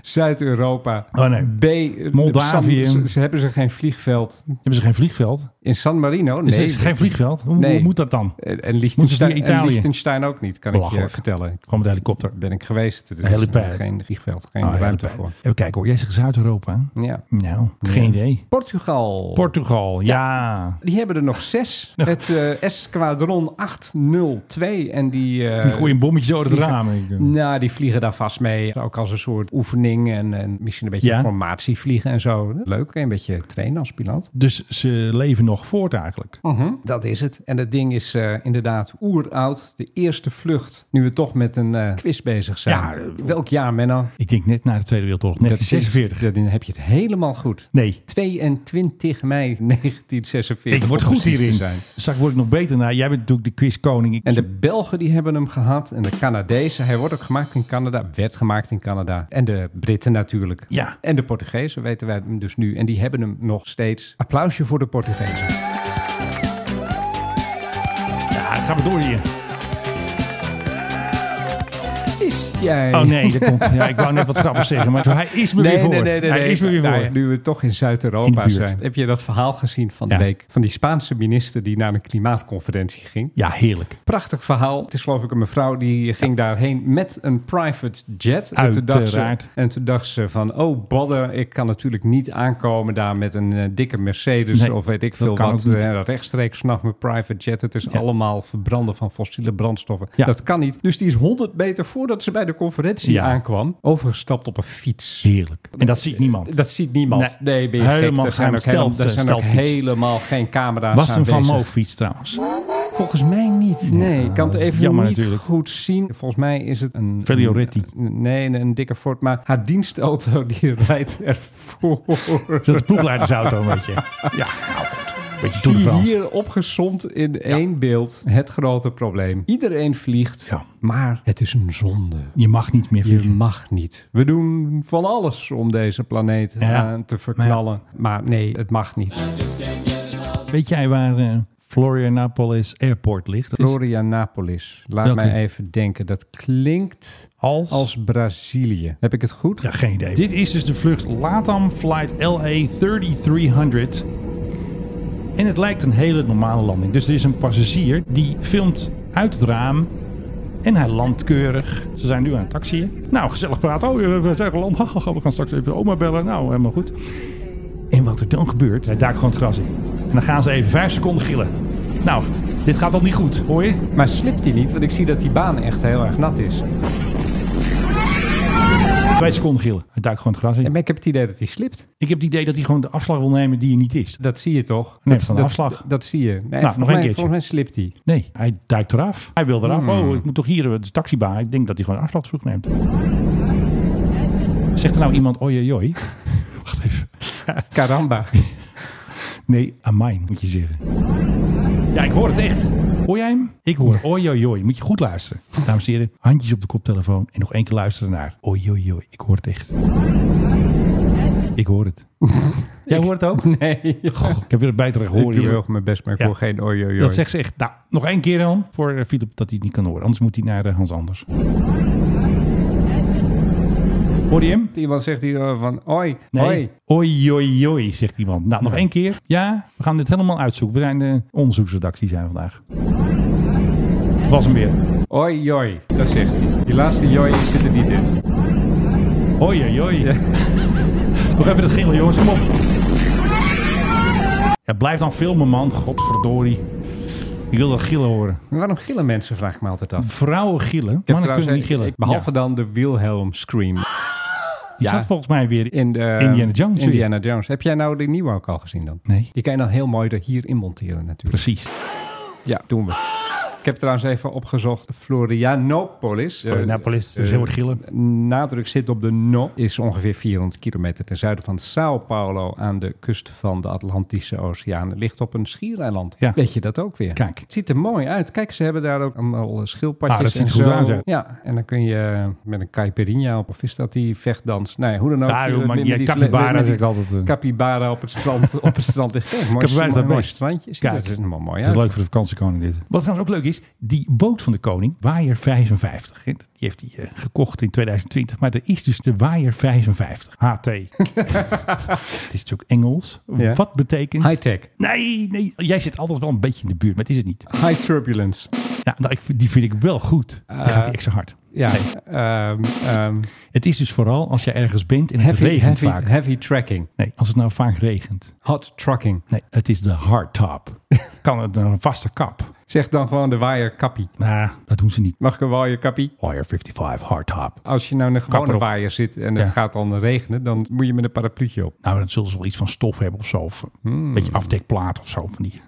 Speaker 7: Zuid-Europa.
Speaker 6: Oh, nee.
Speaker 7: B, eh,
Speaker 6: Moldavië.
Speaker 7: San- ze, ze hebben ze geen vliegveld.
Speaker 6: Hebben ze geen vliegveld?
Speaker 7: In San Marino?
Speaker 6: Is
Speaker 7: Nee.
Speaker 6: er geen vliegveld? Hoe,
Speaker 7: Nee.
Speaker 6: hoe moet dat dan?
Speaker 7: En, en
Speaker 6: Moeten ze
Speaker 7: Liechtenstein,
Speaker 6: via
Speaker 7: en
Speaker 6: Italië?
Speaker 7: Liechtenstein ook niet, kan ik je
Speaker 6: Belachelijk.
Speaker 7: vertellen.
Speaker 6: Gewoon met de helikopter.
Speaker 7: Ben ik geweest. Dus
Speaker 6: Een helipad.
Speaker 7: Geen vliegveld, geen
Speaker 6: Oh, ja,
Speaker 7: ruimte
Speaker 6: dat-
Speaker 7: voor.
Speaker 6: Even kijken hoor. Jij zegt Zuid-Europa. hè?
Speaker 7: Ja.
Speaker 6: Nou, geen
Speaker 7: Ja.
Speaker 6: idee.
Speaker 7: Portugal.
Speaker 6: Portugal, ja.
Speaker 7: Die hebben er nog zes.
Speaker 6: Nog.
Speaker 7: Het eh Esquadron 802. En die. eh,
Speaker 6: Die gooien bommetjes over het
Speaker 7: vliegen-
Speaker 6: raam. Ik, eh,
Speaker 7: Nou, die vliegen daar vast mee. Ook als een soort oefening en, en misschien een beetje
Speaker 6: Ja.
Speaker 7: formatie vliegen en zo. Leuk, kun je een beetje trainen als piloot.
Speaker 6: Dus ze leven nog voort eigenlijk.
Speaker 7: Mhm, Dat is het. En dat ding is eh, inderdaad oeroud. De eerste vlucht. Nu we toch met een eh, quiz bezig zijn.
Speaker 6: Ja, eh,
Speaker 7: Welk jaar, Menno?
Speaker 6: Ik denk net na de Tweede Wereldoorlog,
Speaker 7: Dat is-
Speaker 6: 1946.
Speaker 7: dat- Dan heb je het helemaal goed.
Speaker 6: Nee,
Speaker 7: 22 mei 1946.
Speaker 6: ik word
Speaker 7: om
Speaker 6: goed
Speaker 7: precies te
Speaker 6: hierin.
Speaker 7: Zijn.
Speaker 6: Straks word ik nog beter. Nou, jij bent natuurlijk de quizkoning. Ik-
Speaker 7: En de Belgen die hebben hem gehad. En de Canadezen. Hij wordt ook gemaakt in Canada. Werd gemaakt in Canada. En de Britten natuurlijk.
Speaker 6: Ja.
Speaker 7: En de Portugezen weten wij hem dus nu. En die hebben hem nog steeds. Applausje voor de Portugezen.
Speaker 6: ja, ga maar door hier.
Speaker 7: Wist jij?
Speaker 6: Oh nee, dat komt, ja, ik wou net wat grappigs zeggen, maar hij is me weer
Speaker 7: Nee,
Speaker 6: voor.
Speaker 7: nee, nee, nee,
Speaker 6: hij
Speaker 7: nee.
Speaker 6: is me weer voor.
Speaker 7: Nou ja, nu we toch in
Speaker 6: In de
Speaker 7: Zuid-Europa
Speaker 6: buurt.
Speaker 7: zijn. Heb je dat verhaal gezien van de
Speaker 6: Ja.
Speaker 7: week? Van die Spaanse minister die naar een klimaatconferentie ging.
Speaker 6: Ja, heerlijk.
Speaker 7: Prachtig verhaal. Het is geloof ik een mevrouw die ging daarheen met een private jet. En toen, dacht ze,
Speaker 6: Uiteraard.
Speaker 7: en toen dacht ze van, oh bother, ik kan natuurlijk niet aankomen daar met een eh, dikke Mercedes
Speaker 6: Nee,
Speaker 7: of weet ik
Speaker 6: dat
Speaker 7: veel
Speaker 6: kan
Speaker 7: wat.
Speaker 6: ook niet.
Speaker 7: eh, rechtstreeks vanaf mijn private jet. Het is
Speaker 6: Ja.
Speaker 7: allemaal verbranden van fossiele brandstoffen.
Speaker 6: Ja.
Speaker 7: Dat kan niet. Dus die is 100 meter voordat ze bij de conferentie
Speaker 6: Ja.
Speaker 7: aankwam, overgestapt op een fiets.
Speaker 6: Heerlijk. En dat ziet niemand.
Speaker 7: Dat ziet niemand.
Speaker 6: Nee,
Speaker 7: Nee, ben je gek.
Speaker 6: helemaal
Speaker 7: Er zijn
Speaker 6: geen
Speaker 7: ook, helemaal,
Speaker 6: stealth,
Speaker 7: er zijn ook
Speaker 6: stealthfiets.
Speaker 7: helemaal geen camera's
Speaker 6: Was het een Van
Speaker 7: aanwezig.
Speaker 6: Moof fiets trouwens?
Speaker 7: Volgens mij niet. Nee, ik kan
Speaker 6: dat
Speaker 7: het
Speaker 6: is
Speaker 7: even
Speaker 6: jammer
Speaker 7: niet
Speaker 6: natuurlijk.
Speaker 7: goed zien. Volgens mij is het een...
Speaker 6: Velioretti.
Speaker 7: een- nee, een, een dikke Ford. Maar haar dienstauto die rijdt ervoor.
Speaker 6: Is dat de ploegleidersauto, weet je? Ja, nou goed. Beetje Tour de
Speaker 7: Zie
Speaker 6: France.
Speaker 7: hier opgezomd in één beeld het grote probleem. Iedereen vliegt,
Speaker 6: Ja.
Speaker 7: maar het is een zonde.
Speaker 6: Je mag niet meer
Speaker 7: Je
Speaker 6: vliegen.
Speaker 7: mag niet. We doen van alles om deze planeet
Speaker 6: Ja.
Speaker 7: aan te verknallen. Maar nee, het mag niet.
Speaker 6: Weet jij waar eh, Florianapolis Airport ligt? Dat is
Speaker 7: Florianapolis. Laat
Speaker 6: Welke?
Speaker 7: mij even denken. Dat klinkt
Speaker 6: als...
Speaker 7: als Brazilië. Heb ik het goed?
Speaker 6: Ja, geen idee. Dit is dus de vlucht LATAM Flight LA 3300. En het lijkt een hele normale landing. Dus er is een passagier die filmt uit het raam. En hij landt keurig. Ze zijn nu aan het taxiën. Nou, gezellig praten. Oh, we zijn geland. We gaan straks even oma bellen. Nou, helemaal goed. En wat er dan gebeurt, hij duikt gewoon het gras in. En dan gaan ze even vijf seconden gillen. Nou, dit gaat al niet goed, hoor je?
Speaker 7: Maar slipt hij niet? Want ik zie dat die baan echt heel erg nat is.
Speaker 6: Twee seconden gillen. Hij duikt gewoon het gras
Speaker 7: En
Speaker 6: in.
Speaker 7: maar ik heb het idee dat hij slipt.
Speaker 6: Ik heb het idee dat hij gewoon de afslag wil nemen die er niet is.
Speaker 7: Dat zie je toch?
Speaker 6: Nee,
Speaker 7: dat,
Speaker 6: van de
Speaker 7: dat,
Speaker 6: afslag. Nou,
Speaker 7: Dat zie je. Nee,
Speaker 6: nog
Speaker 7: volgens
Speaker 6: een
Speaker 7: mij-
Speaker 6: keertje.
Speaker 7: Volgens mij slipt hij.
Speaker 6: Nee, hij duikt eraf. Hij wil eraf. Oh, ik moet toch hier de taxibaan. Ik denk dat hij gewoon afslag vroeg neemt. Zegt er nou iemand oi, oi, oi? Wacht even.
Speaker 7: Caramba.
Speaker 6: Nee, amijn moet je zeggen. Ja, ik hoor het echt. Hoor jij hem? Ik hoor oi, oi, oi. Moet je goed luisteren. Dames en heren, handjes op de koptelefoon en nog één keer luisteren naar oi, oi, oi. Ik hoor het echt. Ik hoor het. Jij hoort het ook?
Speaker 7: Nee.
Speaker 6: Goh, ik heb weer het bijdrage
Speaker 7: Ik
Speaker 6: gehoord.
Speaker 7: doe
Speaker 6: hier.
Speaker 7: wel mijn best, maar ik
Speaker 6: Ja.
Speaker 7: wil geen oei oei,
Speaker 6: Dat
Speaker 7: oei.
Speaker 6: zegt ze echt. Nou, nog één keer dan voor eh, Philip dat hij het niet kan horen. Anders moet hij naar eh, Hans Anders. Hoor je hem?
Speaker 7: Iemand zegt hier eh, van oi,
Speaker 6: Nee.
Speaker 7: oi.
Speaker 6: Oi, oi, oi, zegt iemand. Nou, nog één keer. Ja, we gaan dit helemaal uitzoeken. We zijn de onderzoeksredactie zijn vandaag. Het was hem weer.
Speaker 7: Oi, oi. Dat zegt hij. Die laatste joi zit er niet in.
Speaker 6: Oi, oi, oi. nog even dat gillen, jongens. Kom op. Ja, blijf dan filmen, man. Godverdorie. Ik wil dat gillen horen.
Speaker 7: Maar waarom gillen mensen, vraag ik me altijd af.
Speaker 6: Vrouwen gillen.
Speaker 7: Ik heb
Speaker 6: Mannen kunnen
Speaker 7: trouwens-
Speaker 6: niet gillen.
Speaker 7: ik- behalve
Speaker 6: Ja,
Speaker 7: dan de Wilhelm Scream.
Speaker 6: die
Speaker 7: ja.
Speaker 6: staat volgens mij weer in
Speaker 7: In de,
Speaker 6: Indiana Jones. weer.
Speaker 7: Indiana Jones. Heb jij nou de nieuwe ook al gezien dan?
Speaker 6: Nee.
Speaker 7: Die kan je dan heel mooi er hierin monteren natuurlijk.
Speaker 6: Precies.
Speaker 7: Ja, doen we. heb trouwens even opgezocht. Florianopolis. eh,
Speaker 6: Florianopolis, dus heel wat gillen.
Speaker 7: eh, Nadruk zit op de no. Is ongeveer 400 kilometer ten zuiden van Sao Paulo aan de kust van de Atlantische Oceaan. Ligt op een schiereiland.
Speaker 6: Ja.
Speaker 7: Weet je dat ook weer?
Speaker 6: Kijk.
Speaker 7: Het ziet er mooi uit. Kijk, ze hebben daar ook allemaal eh, schildpadjes
Speaker 6: Ah, dat ziet
Speaker 7: en
Speaker 6: er goed
Speaker 7: zo.
Speaker 6: uit, hè?
Speaker 7: Ja, en dan kun je eh, met een caipirinha op, of is dat die vechtdans? Nou ja, hoe dan ook.
Speaker 6: Ja, joh,
Speaker 7: Met-
Speaker 6: maar
Speaker 7: met
Speaker 6: jij
Speaker 7: die-
Speaker 6: capybara
Speaker 7: met die
Speaker 6: zeg ik altijd, eh.
Speaker 7: Capybara op het strand. op het strand ligt. Kijk, mooi,
Speaker 6: Ik heb bewijs dat
Speaker 7: mooi
Speaker 6: best.
Speaker 7: strandje. Ziet
Speaker 6: Kijk,
Speaker 7: er helemaal mooi
Speaker 6: is
Speaker 7: uit.
Speaker 6: het leuk voor de vakantiekoning dit. Wat trouwens ook leuk is, die boot van de koning, Waaier 55. hè, Die heeft hij eh, gekocht in 2020. Maar er is dus de Waaier 55. HT. het is natuurlijk Engels.
Speaker 7: Ja.
Speaker 6: Wat betekent...
Speaker 7: High-tech.
Speaker 6: Nee, nee. Jij zit altijd wel een beetje in de buurt, maar het is het niet.
Speaker 7: High turbulence.
Speaker 6: Ja, nou, ik, die vind ik wel goed. Dan gaat hij extra hard.
Speaker 7: Eh, Ja.
Speaker 6: Nee.
Speaker 7: ehm, ehm,
Speaker 6: Het is dus vooral als je ergens bent en het
Speaker 7: heavy,
Speaker 6: regent
Speaker 7: heavy,
Speaker 6: vaak.
Speaker 7: heavy tracking.
Speaker 6: Nee, als het nou vaak regent.
Speaker 7: Hot trucking.
Speaker 6: Nee, het is de hardtop. kan het nou een vaste kap?
Speaker 7: Zeg dan gewoon de waaier kappie.
Speaker 6: Nou, dat doen ze niet.
Speaker 7: Mag ik een waaier kappie?
Speaker 6: Wire 55 hardtop.
Speaker 7: Als je nou in een gewone
Speaker 6: erop.
Speaker 7: waaier zit en het
Speaker 6: Ja.
Speaker 7: gaat dan regenen, dan moet je met een parapluutje op.
Speaker 6: Nou, dan zullen ze wel iets van stof hebben of zo. Of
Speaker 7: Hmm.
Speaker 6: Een beetje afdekplaat of zo. Van die.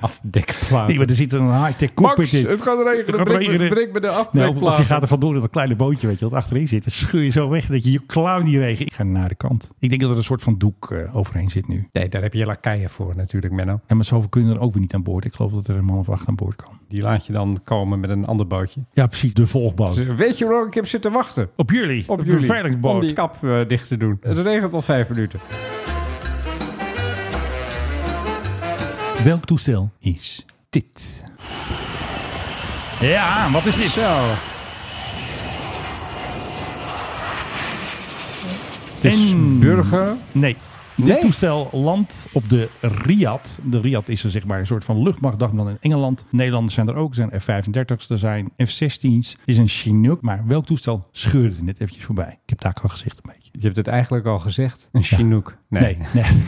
Speaker 7: Afdekplaat.
Speaker 6: Nee, maar er zit een high-tech cockpit in.
Speaker 7: het gaat regenen.
Speaker 6: Het gaat
Speaker 7: Breek me-
Speaker 6: regenen.
Speaker 7: breek me de
Speaker 6: Nee, of, of je
Speaker 7: afdekplaat.
Speaker 6: gaat er vandoor in dat kleine bootje, weet je, wat achterin zit. Dan scheur je zo weg dat je je klauw niet regen. Ik ga naar de kant. Ik denk dat er een soort van doek eh, overheen zit nu.
Speaker 7: Nee, daar heb je lakijen voor natuurlijk, Menno.
Speaker 6: En met zoveel kunnen er ook weer niet aan boord. Ik geloof dat er een man of acht aan boord kan.
Speaker 7: Die laat je dan komen met een ander bootje.
Speaker 6: Ja, precies. De volgboot.
Speaker 7: Dus, weet je waar ik heb zitten wachten?
Speaker 6: Op jullie.
Speaker 7: Op
Speaker 6: de
Speaker 7: jullie.
Speaker 6: beveiligingsboot.
Speaker 7: Om die kap eh, dicht te doen. Het regent al vijf minuten.
Speaker 6: Welk toestel is dit? Ja, wat is dit?
Speaker 7: Zo.
Speaker 6: Het is-
Speaker 7: En... Burger.
Speaker 6: Nee. Dit
Speaker 7: Nee?
Speaker 6: toestel landt op de Riad. De Riad is er zeg maar een soort van luchtmachtdag dan in Engeland. Nederlanders zijn er ook. Er zijn F-35's, er zijn F-16's. Er is een Chinook. Maar welk toestel scheurde net eventjes voorbij? Ik heb daar ook al gezegd een beetje.
Speaker 7: Je hebt het eigenlijk al gezegd. Een Chinook. Nee.
Speaker 6: Nee, nee.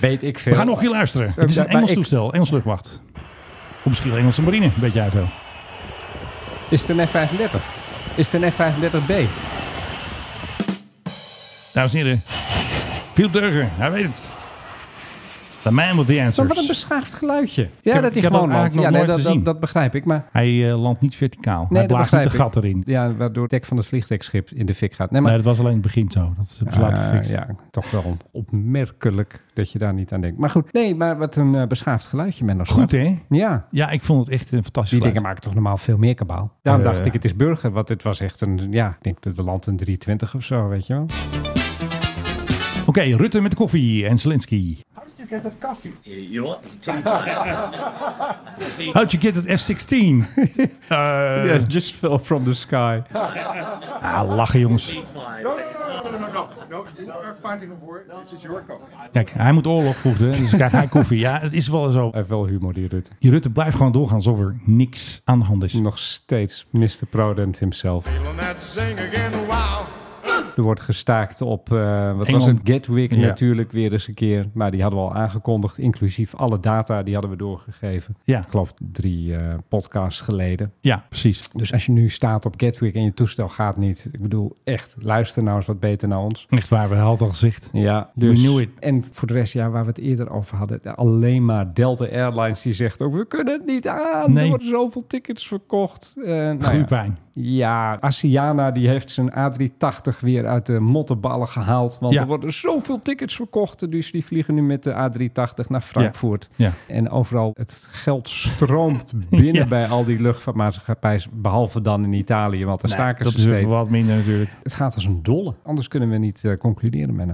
Speaker 7: Weet ik veel.
Speaker 6: We gaan nog heel luisteren. Het is een
Speaker 7: maar
Speaker 6: Engels
Speaker 7: ik-
Speaker 6: toestel. Engels luchtmacht. Of misschien wel Engelse marine. Weet jij veel.
Speaker 7: Is het een F-35? Is het een F-35B?
Speaker 6: Dames en heren. Philip Deuger. Hij weet het. The man with the
Speaker 7: Maar wat een
Speaker 6: answers.
Speaker 7: beschaafd geluidje. Ja,
Speaker 6: heb-
Speaker 7: dat
Speaker 6: Dus- ik
Speaker 7: hij
Speaker 6: heb
Speaker 7: gewoon
Speaker 6: dat
Speaker 7: landt.
Speaker 6: eigenlijk nog
Speaker 7: Ja, nee,
Speaker 6: nooit
Speaker 7: dat, dat,
Speaker 6: gezien.
Speaker 7: dat begrijp ik. Maar
Speaker 6: Hij eh, landt niet verticaal.
Speaker 7: nee,
Speaker 6: hij
Speaker 7: dat
Speaker 6: blaast niet een
Speaker 7: begrijp ik.
Speaker 6: gat erin.
Speaker 7: Ja, waardoor het dek van het vliegdekschip in de fik gaat. Nee, maar
Speaker 6: Nee, dat was alleen het begin zo. Dat hebben ze later
Speaker 7: Ah,
Speaker 6: gefixt.
Speaker 7: Ja, toch wel opmerkelijk dat je daar niet aan denkt. Maar goed, nee, maar wat een eh, beschaafd geluidje, men
Speaker 6: Goed, hè?
Speaker 7: Ja,
Speaker 6: Ja, ik vond het echt een fantastisch
Speaker 7: die dingen
Speaker 6: geluid.
Speaker 7: maken toch normaal veel meer kabaal. Daarom
Speaker 6: Eh.
Speaker 7: dacht ik, het is burger, want het was echt een, ja, ik denk dat de land een 320 of zo, weet je wel.
Speaker 6: Oké, Rutte met de koffie en Zelensky. How'd you get that F-16? Eh,
Speaker 7: just fell from the sky.
Speaker 6: Ah, lachen jongens. Kijk, hij moet oorlog voeren, dus dan krijgt hij koffie. Ja, het is wel zo.
Speaker 7: Hij heeft Eh, wel humor, die Rutte.
Speaker 6: Die Rutte blijft gewoon doorgaan alsof er niks aan de hand is.
Speaker 7: Nog steeds Mr. Prodent himself.
Speaker 2: Feeling that zing again, wow.
Speaker 7: Er wordt gestaakt op, eh, wat was
Speaker 6: Engeland.
Speaker 7: het, Gatwick
Speaker 6: Ja.
Speaker 7: natuurlijk weer eens een keer. Maar die hadden we al aangekondigd, inclusief alle data, die hadden we doorgegeven.
Speaker 6: Ja.
Speaker 7: Ik geloof drie eh, podcasts geleden.
Speaker 6: Ja, precies.
Speaker 7: Dus als je nu staat op Gatwick en je toestel gaat niet, ik bedoel echt, luister nou eens wat beter naar ons.
Speaker 6: Echt waar, we hadden al gezegd.
Speaker 7: Ja,
Speaker 6: We
Speaker 7: dus.
Speaker 6: knew it.
Speaker 7: En voor de rest, ja, waar we het eerder over hadden, alleen maar Delta Airlines die zegt ook, we kunnen het niet aan,
Speaker 6: Nee.
Speaker 7: er worden zoveel tickets verkocht. Eh, nou ja.
Speaker 6: Groeipijn.
Speaker 7: Ja, Asiana die heeft zijn A380 weer uit de mottenballen gehaald. Want
Speaker 6: Ja.
Speaker 7: er worden zoveel tickets verkocht. Dus die vliegen nu met de A380 naar Frankfurt.
Speaker 6: Ja.
Speaker 7: En overal het geld stroomt binnen
Speaker 6: Ja.
Speaker 7: bij al die luchtvaartmaatschappijen. Behalve dan in Italië, want daar
Speaker 6: Nee,
Speaker 7: staken
Speaker 6: dat
Speaker 7: ze
Speaker 6: is
Speaker 7: steeds.
Speaker 6: wat minder natuurlijk.
Speaker 7: Het gaat als een dolle. Anders kunnen we niet eh, concluderen, Menno.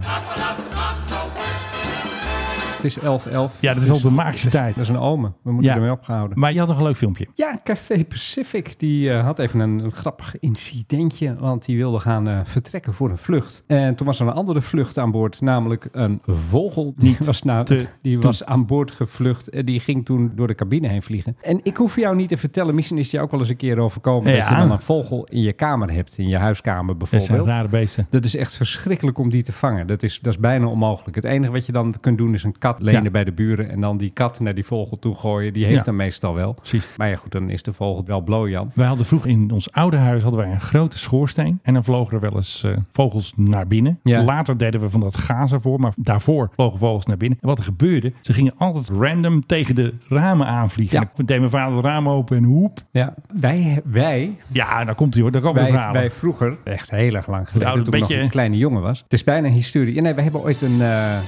Speaker 7: Het is 11-11.
Speaker 6: Ja, dat is al de magische tijd.
Speaker 7: Dat is een omen. We moeten
Speaker 6: Ja.
Speaker 7: ermee ophouden.
Speaker 6: Maar je had nog een leuk filmpje.
Speaker 7: Ja, Café Pacific die eh, had even een, een grappig incidentje, want die wilde gaan eh, vertrekken voor een vlucht. En toen was er een andere vlucht aan boord, namelijk een vogel. Die was, na,
Speaker 6: te
Speaker 7: die was aan boord gevlucht en die ging toen door de cabine heen vliegen. En ik hoef jou niet te vertellen, misschien is je ook wel eens een keer overkomen dat je
Speaker 6: Ja.
Speaker 7: dan een vogel in je kamer hebt, in je huiskamer
Speaker 6: Dat zijn
Speaker 7: bijvoorbeeld.
Speaker 6: rare beesten.
Speaker 7: Dat is echt verschrikkelijk om die te vangen. Dat is, dat is bijna onmogelijk. Het enige wat je dan kunt doen is een kat kat lenen bij de buren en dan die kat naar die vogel toe gooien. Die heeft
Speaker 6: Ja.
Speaker 7: dan meestal wel. Maar ja, goed, dan is de vogel wel blooian.
Speaker 6: Wij hadden vroeg in ons oude huis hadden wij een grote schoorsteen. En dan vlogen er wel eens eh, vogels naar binnen.
Speaker 7: Ja.
Speaker 6: Later deden we van dat gaas ervoor. Maar daarvoor vlogen vogels naar binnen. En wat er gebeurde, ze gingen altijd random tegen de ramen aanvliegen. En dan deed mijn vader de ramen open en hoep.
Speaker 7: Ja, wij... wij
Speaker 6: ja, daar komt hij hoor. Daar komen de
Speaker 7: Wij,
Speaker 6: verhalen.
Speaker 7: wij vroeger, echt heel erg lang geleden,
Speaker 6: Nou, een
Speaker 7: toen ik
Speaker 6: beetje-
Speaker 7: nog een kleine jongen was. Het is bijna een historie. Ja, nee, we hebben ooit een... eh,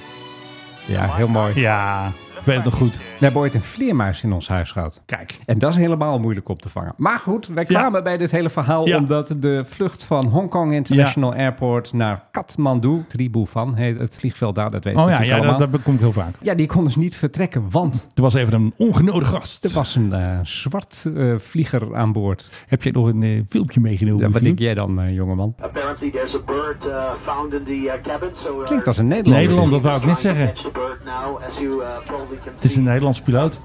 Speaker 7: ja, heel mooi.
Speaker 6: Ja, ik weet het nog goed.
Speaker 7: We hebben ooit een vleermuis in ons huis gehad.
Speaker 6: Kijk. Oh
Speaker 7: En dat is helemaal moeilijk op te vangen. Maar goed, wij kwamen bij dit hele verhaal
Speaker 6: Ja.
Speaker 7: omdat de vlucht van Hongkong International Airport naar Kathmandu, Tribu van heet het vliegveld daar, dat weet
Speaker 6: Oh ja,
Speaker 7: natuurlijk
Speaker 6: ja
Speaker 7: allemaal.
Speaker 6: dat, dat komt heel vaak.
Speaker 7: Ja, die kon dus niet vertrekken, want...
Speaker 6: Er was even een ongenode gast.
Speaker 7: Er was een eh, zwart eh, vieger aan boord.
Speaker 6: Heb jij nog een eh, filmpje meegenomen?
Speaker 7: Ja, wat
Speaker 6: Michiel?
Speaker 7: denk jij dan, eh, jongeman?
Speaker 13: Apparently there's a bird uh, found in the uh, cabin, so...
Speaker 7: Klinkt als een Nederlander.
Speaker 6: Nederland,
Speaker 7: dit.
Speaker 6: dat wou ik net zeggen.
Speaker 13: uh,
Speaker 6: Het is een Nederlands piloot.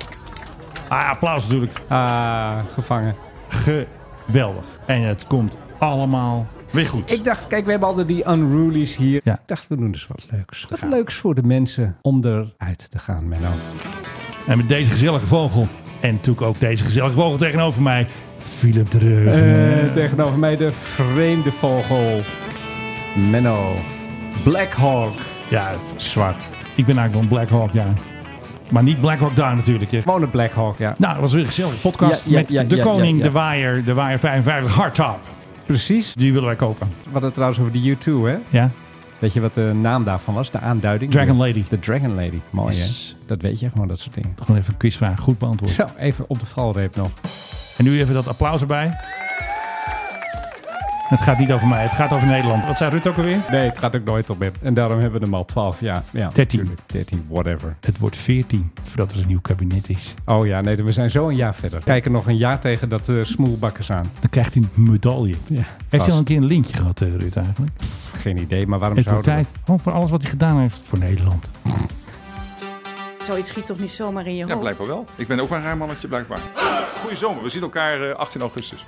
Speaker 6: Ah, applaus natuurlijk.
Speaker 7: Ah, gevangen.
Speaker 6: Geweldig. En het komt allemaal weer goed.
Speaker 7: Ik dacht, kijk, we hebben altijd die unrulies hier.
Speaker 6: Ja.
Speaker 7: Ik dacht, we doen dus wat leuks. Wat leuks voor de mensen om eruit te gaan, Menno.
Speaker 6: En met deze gezellige vogel. En natuurlijk ook deze gezellige vogel tegenover mij. Philip Dreugen.
Speaker 7: Eh, tegenover mij de vreemde vogel. Menno. Black Hawk.
Speaker 6: Ja, het
Speaker 7: zwart.
Speaker 6: Ik ben eigenlijk wel een Black Hawk, ja. Maar niet Black Hawk daar natuurlijk. hè.
Speaker 7: Gewoon een Black Hawk, ja.
Speaker 6: Nou, dat was weer een gezellige podcast
Speaker 7: Ja, ja,
Speaker 6: met
Speaker 7: ja,
Speaker 6: de
Speaker 7: ja,
Speaker 6: koning,
Speaker 7: ja, ja.
Speaker 6: de waaier, de waaier 55 hardtop.
Speaker 7: Precies.
Speaker 6: Die willen wij kopen.
Speaker 7: We hadden het trouwens over de U2, hè?
Speaker 6: Ja.
Speaker 7: Weet je wat de naam daarvan was? De aanduiding?
Speaker 6: Dragon Lady.
Speaker 7: De Dragon Lady. Mooi,
Speaker 6: Yes.
Speaker 7: hè? Dat weet je gewoon, dat soort dingen.
Speaker 6: Gewoon even een quizvraag. Goed beantwoord.
Speaker 7: Zo, even op de valreep nog.
Speaker 6: En nu even dat applaus erbij. Het gaat niet over mij, het gaat over Nederland. Wat zei Rutte ook alweer?
Speaker 7: Nee, het gaat ook nooit op in. En daarom hebben we hem al 12 jaar. Ja,
Speaker 6: 13.
Speaker 7: natuurlijk. 13, whatever.
Speaker 6: Het wordt 14 voordat er een nieuw kabinet is.
Speaker 7: Oh ja, nee, we zijn zo een jaar verder. Kijken nog een jaar tegen dat eh smoelbakkers aan.
Speaker 6: Dan krijgt hij een medaille.
Speaker 7: Ja,
Speaker 6: Heeft
Speaker 7: vast.
Speaker 6: hij al een keer een lintje gehad, eh, Rutte eigenlijk?
Speaker 7: Geen idee, maar waarom
Speaker 6: Het wordt
Speaker 7: zouden we...
Speaker 6: tijd. Gewoon voor alles wat hij gedaan heeft voor Nederland.
Speaker 5: Zoiets schiet toch niet zomaar in je
Speaker 4: Ja,
Speaker 5: hoofd?
Speaker 4: blijkbaar wel. Ik ben ook maar een raar mannetje, blijkbaar. Goeie zomer. We zien elkaar eh, 18 augustus.